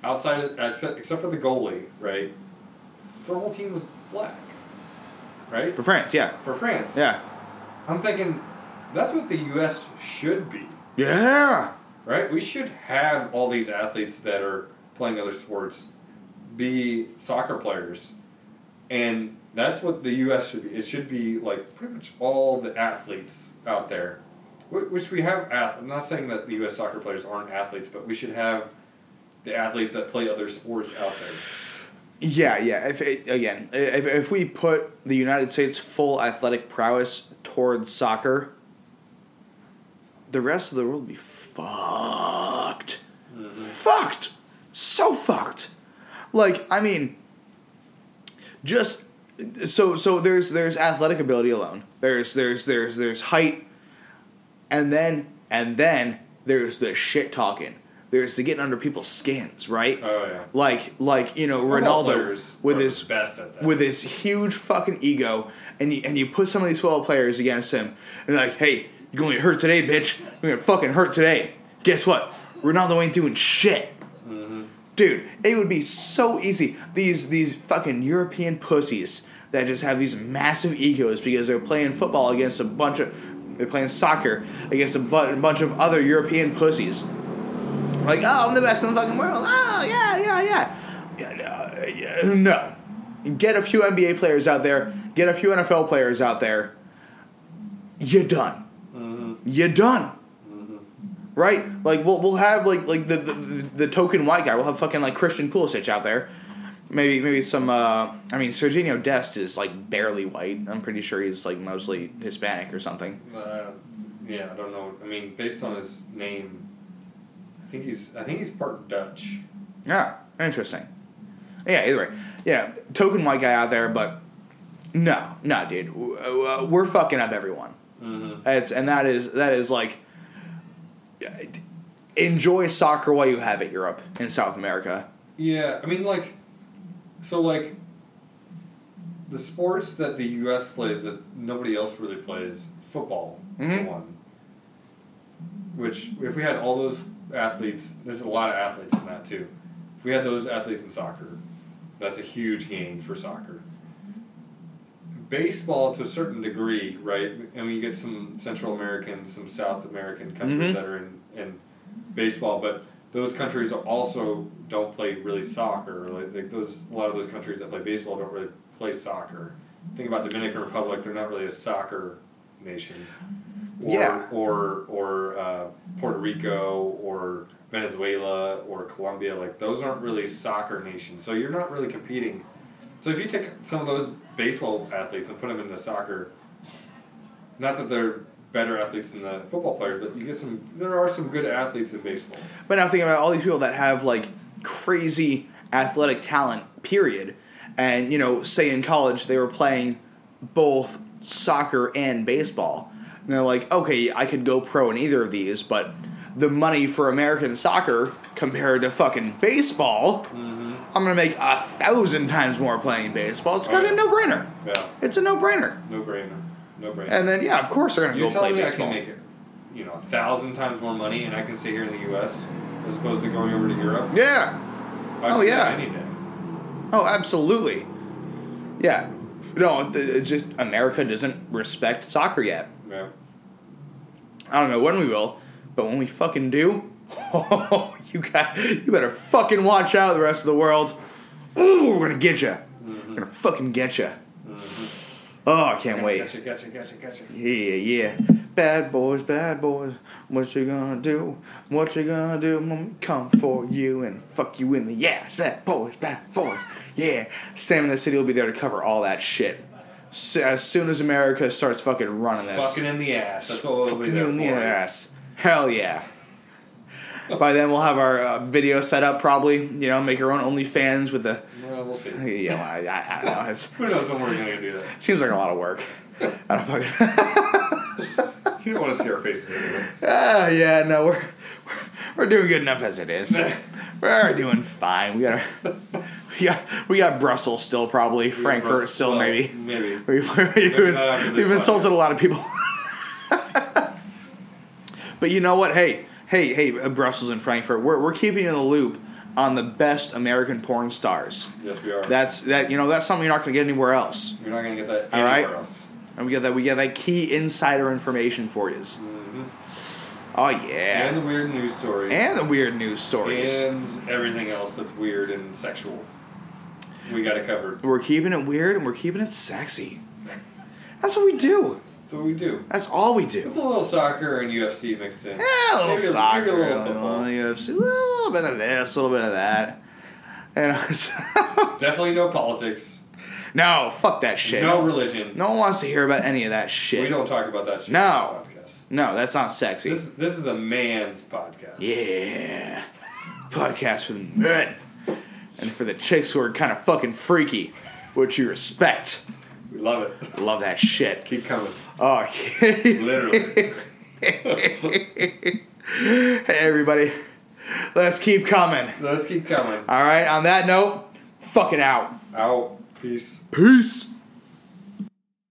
Speaker 2: outside of, except except for the goalie, right? Their whole team was black, right?
Speaker 1: For France, yeah,
Speaker 2: For France,
Speaker 1: yeah,
Speaker 2: I'm thinking that's what the U.S. should be,
Speaker 1: yeah.
Speaker 2: right? We should have all these athletes that are playing other sports be soccer players, and that's what the U.S. should be. It should be like pretty much all the athletes out there, wh- which we have. Ath- I'm not saying that the U.S. soccer players aren't athletes, but we should have the athletes that play other sports out there.
Speaker 1: Yeah, yeah. If it, again, if, if we put the United States' full athletic prowess towards soccer, the rest of the world would be fucked, fucked, so fucked. Like, I mean, just so so. There's there's athletic ability alone. There's there's there's there's height, and then and then there's the shit talking. There's the getting under people's skins, right?
Speaker 2: Oh yeah,
Speaker 1: like like you know
Speaker 2: Football
Speaker 1: Ronaldo
Speaker 2: players
Speaker 1: with
Speaker 2: are
Speaker 1: his
Speaker 2: the best at that.
Speaker 1: with his huge fucking ego, and you and you put some of these football players against him, and they're like, hey, you're gonna get hurt today, bitch. You're gonna fucking hurt today. Guess what? Ronaldo ain't doing shit. Dude, it would be so easy. These these fucking European pussies that just have these massive egos because they're playing football against a bunch of they're playing soccer against a, bu- a bunch of other European pussies. Like, oh, I'm the best in the fucking world. Oh, yeah, yeah, yeah. yeah, no, yeah no. Get a few NBA players out there. Get a few NFL players out there. You're done. You're done. Right? Like, we'll, we'll have, like, like the, the, the token white guy. We'll have fucking, like, Christian Pulisic out there. Maybe maybe some, uh, I mean, Serginho Dest is, like, barely white. I'm pretty sure he's, like, mostly Hispanic or something.
Speaker 2: Uh, yeah, I don't know. I mean, based on his name, I think he's I think he's part Dutch.
Speaker 1: Yeah, interesting. Yeah, either way. Yeah, token white guy out there, but no, no, dude, W- uh, we're fucking up everyone. It's and that is that is like enjoy soccer while you have it, Europe and South America.
Speaker 2: Yeah, I mean, like, so like, the sports that the U.S. plays that nobody else really plays, football
Speaker 1: Mhm.
Speaker 2: for one. Which, if we had all those athletes, there's a lot of athletes in that too. If we had those athletes in soccer, that's a huge gain for soccer. Baseball, to a certain degree, right? I mean, you get some Central American, some South American countries
Speaker 1: Mhm.
Speaker 2: that are in, in baseball, but those countries are also don't play really soccer. Like, like those, a lot of those countries that play baseball don't really play soccer. Think about Dominican Republic; they're not really a soccer nation. Or,
Speaker 1: Yeah.
Speaker 2: Or or uh, Puerto Rico or Venezuela or Colombia, like those aren't really soccer nations. So you're not really competing. So if you take some of those baseball athletes and put them into soccer, not that they're better athletes than the football players, but you get some. There are some good athletes in baseball.
Speaker 1: But now think about all these people that have like crazy athletic talent, period. And, you know, say in college they were playing both soccer and baseball. And they're like, okay, I could go pro in either of these, but the money for American soccer compared to fucking baseball, I'm gonna make a thousand times more playing baseball. It's kind of
Speaker 2: yeah.
Speaker 1: a no brainer.
Speaker 2: Yeah,
Speaker 1: It's a no brainer.
Speaker 2: no brainer, no brainer.
Speaker 1: And then, yeah, of course they're gonna
Speaker 2: You're
Speaker 1: go play
Speaker 2: telling me
Speaker 1: baseball.
Speaker 2: I can make it, you know, a thousand times more money, and I can stay here in the U.S. as opposed to going over to Europe.
Speaker 1: yeah.
Speaker 2: I
Speaker 1: Oh,
Speaker 2: can do
Speaker 1: yeah.
Speaker 2: that any day.
Speaker 1: Oh, absolutely. Yeah. No, th- it's just America doesn't respect soccer yet.
Speaker 2: Yeah.
Speaker 1: I don't know when we will, but when we fucking do, (laughs) oh, you got you better fucking watch out the rest of the world. Ooh, we're gonna get you. We're gonna fucking get you. Oh, I can't wait.
Speaker 2: Gotcha, gotcha, gotcha, gotcha.
Speaker 1: Yeah, yeah. Bad boys, bad boys. What you gonna do? What you gonna do when we come for you and fuck you in the ass? Bad boys, bad boys. Yeah. Sam in the City will be there to cover all that shit. So, as soon as America starts fucking running this.
Speaker 2: Fucking in the ass. That's what we'll be
Speaker 1: fucking
Speaker 2: there
Speaker 1: you in the
Speaker 2: for.
Speaker 1: ass. Hell yeah. By then we'll have our uh, video set up probably. You know, make our own OnlyFans with the.
Speaker 2: Well, we'll see. Who
Speaker 1: You know, I, I, I don't know. It's,
Speaker 2: knows when we're gonna do that?
Speaker 1: seems like a lot of work. I don't fucking.
Speaker 2: You don't want to see our faces anyway.
Speaker 1: Ah, yeah, no, we're, we're we're doing good enough as it is. we're doing fine. We got our, Yeah, we got Brussels still probably. (laughs)
Speaker 2: We
Speaker 1: Frankfurt
Speaker 2: Brussels-
Speaker 1: still
Speaker 2: well,
Speaker 1: maybe.
Speaker 2: Maybe.
Speaker 1: We've, we've,
Speaker 2: after this
Speaker 1: we've insulted
Speaker 2: podcast.
Speaker 1: a lot of people. (laughs) but you know what? Hey, hey, hey, uh, Brussels and Frankfurt, we're, we're keeping you in the loop on the best American porn stars.
Speaker 2: Yes, we are.
Speaker 1: That's that. You know, that's something you're not going to get anywhere else.
Speaker 2: You're not gonna get that
Speaker 1: All right.
Speaker 2: anywhere else.
Speaker 1: And we get that. We get that key insider information for you.
Speaker 2: hmm
Speaker 1: Oh
Speaker 2: And the
Speaker 1: yeah,
Speaker 2: weird news stories.
Speaker 1: and the weird news stories.
Speaker 2: and everything else that's weird and sexual. We got it covered.
Speaker 1: We're keeping it weird and we're keeping it sexy. That's what we do.
Speaker 2: That's what we do.
Speaker 1: That's all we
Speaker 2: With
Speaker 1: do.
Speaker 2: a little soccer and UFC mixed in.
Speaker 1: Eh, a little
Speaker 2: Maybe
Speaker 1: soccer,
Speaker 2: Maybe a little
Speaker 1: uh,
Speaker 2: football.
Speaker 1: UFC, a little bit of this, a little bit of that. And (laughs) so-
Speaker 2: Definitely no politics.
Speaker 1: no, fuck that shit.
Speaker 2: No religion.
Speaker 1: No one wants to hear about any of that shit.
Speaker 2: We don't talk about that shit
Speaker 1: No.
Speaker 2: on this podcast.
Speaker 1: No, that's not sexy.
Speaker 2: This, this is a man's podcast.
Speaker 1: yeah, podcast for the men and for the chicks who are kind of fucking freaky, which you respect.
Speaker 2: We love it.
Speaker 1: Love that shit.
Speaker 2: Keep coming.
Speaker 1: Oh, (laughs)
Speaker 2: Literally.
Speaker 1: hey everybody, let's keep coming.
Speaker 2: Let's keep coming.
Speaker 1: All right, on that note, fuck it out.
Speaker 2: Out. Peace.
Speaker 1: Peace.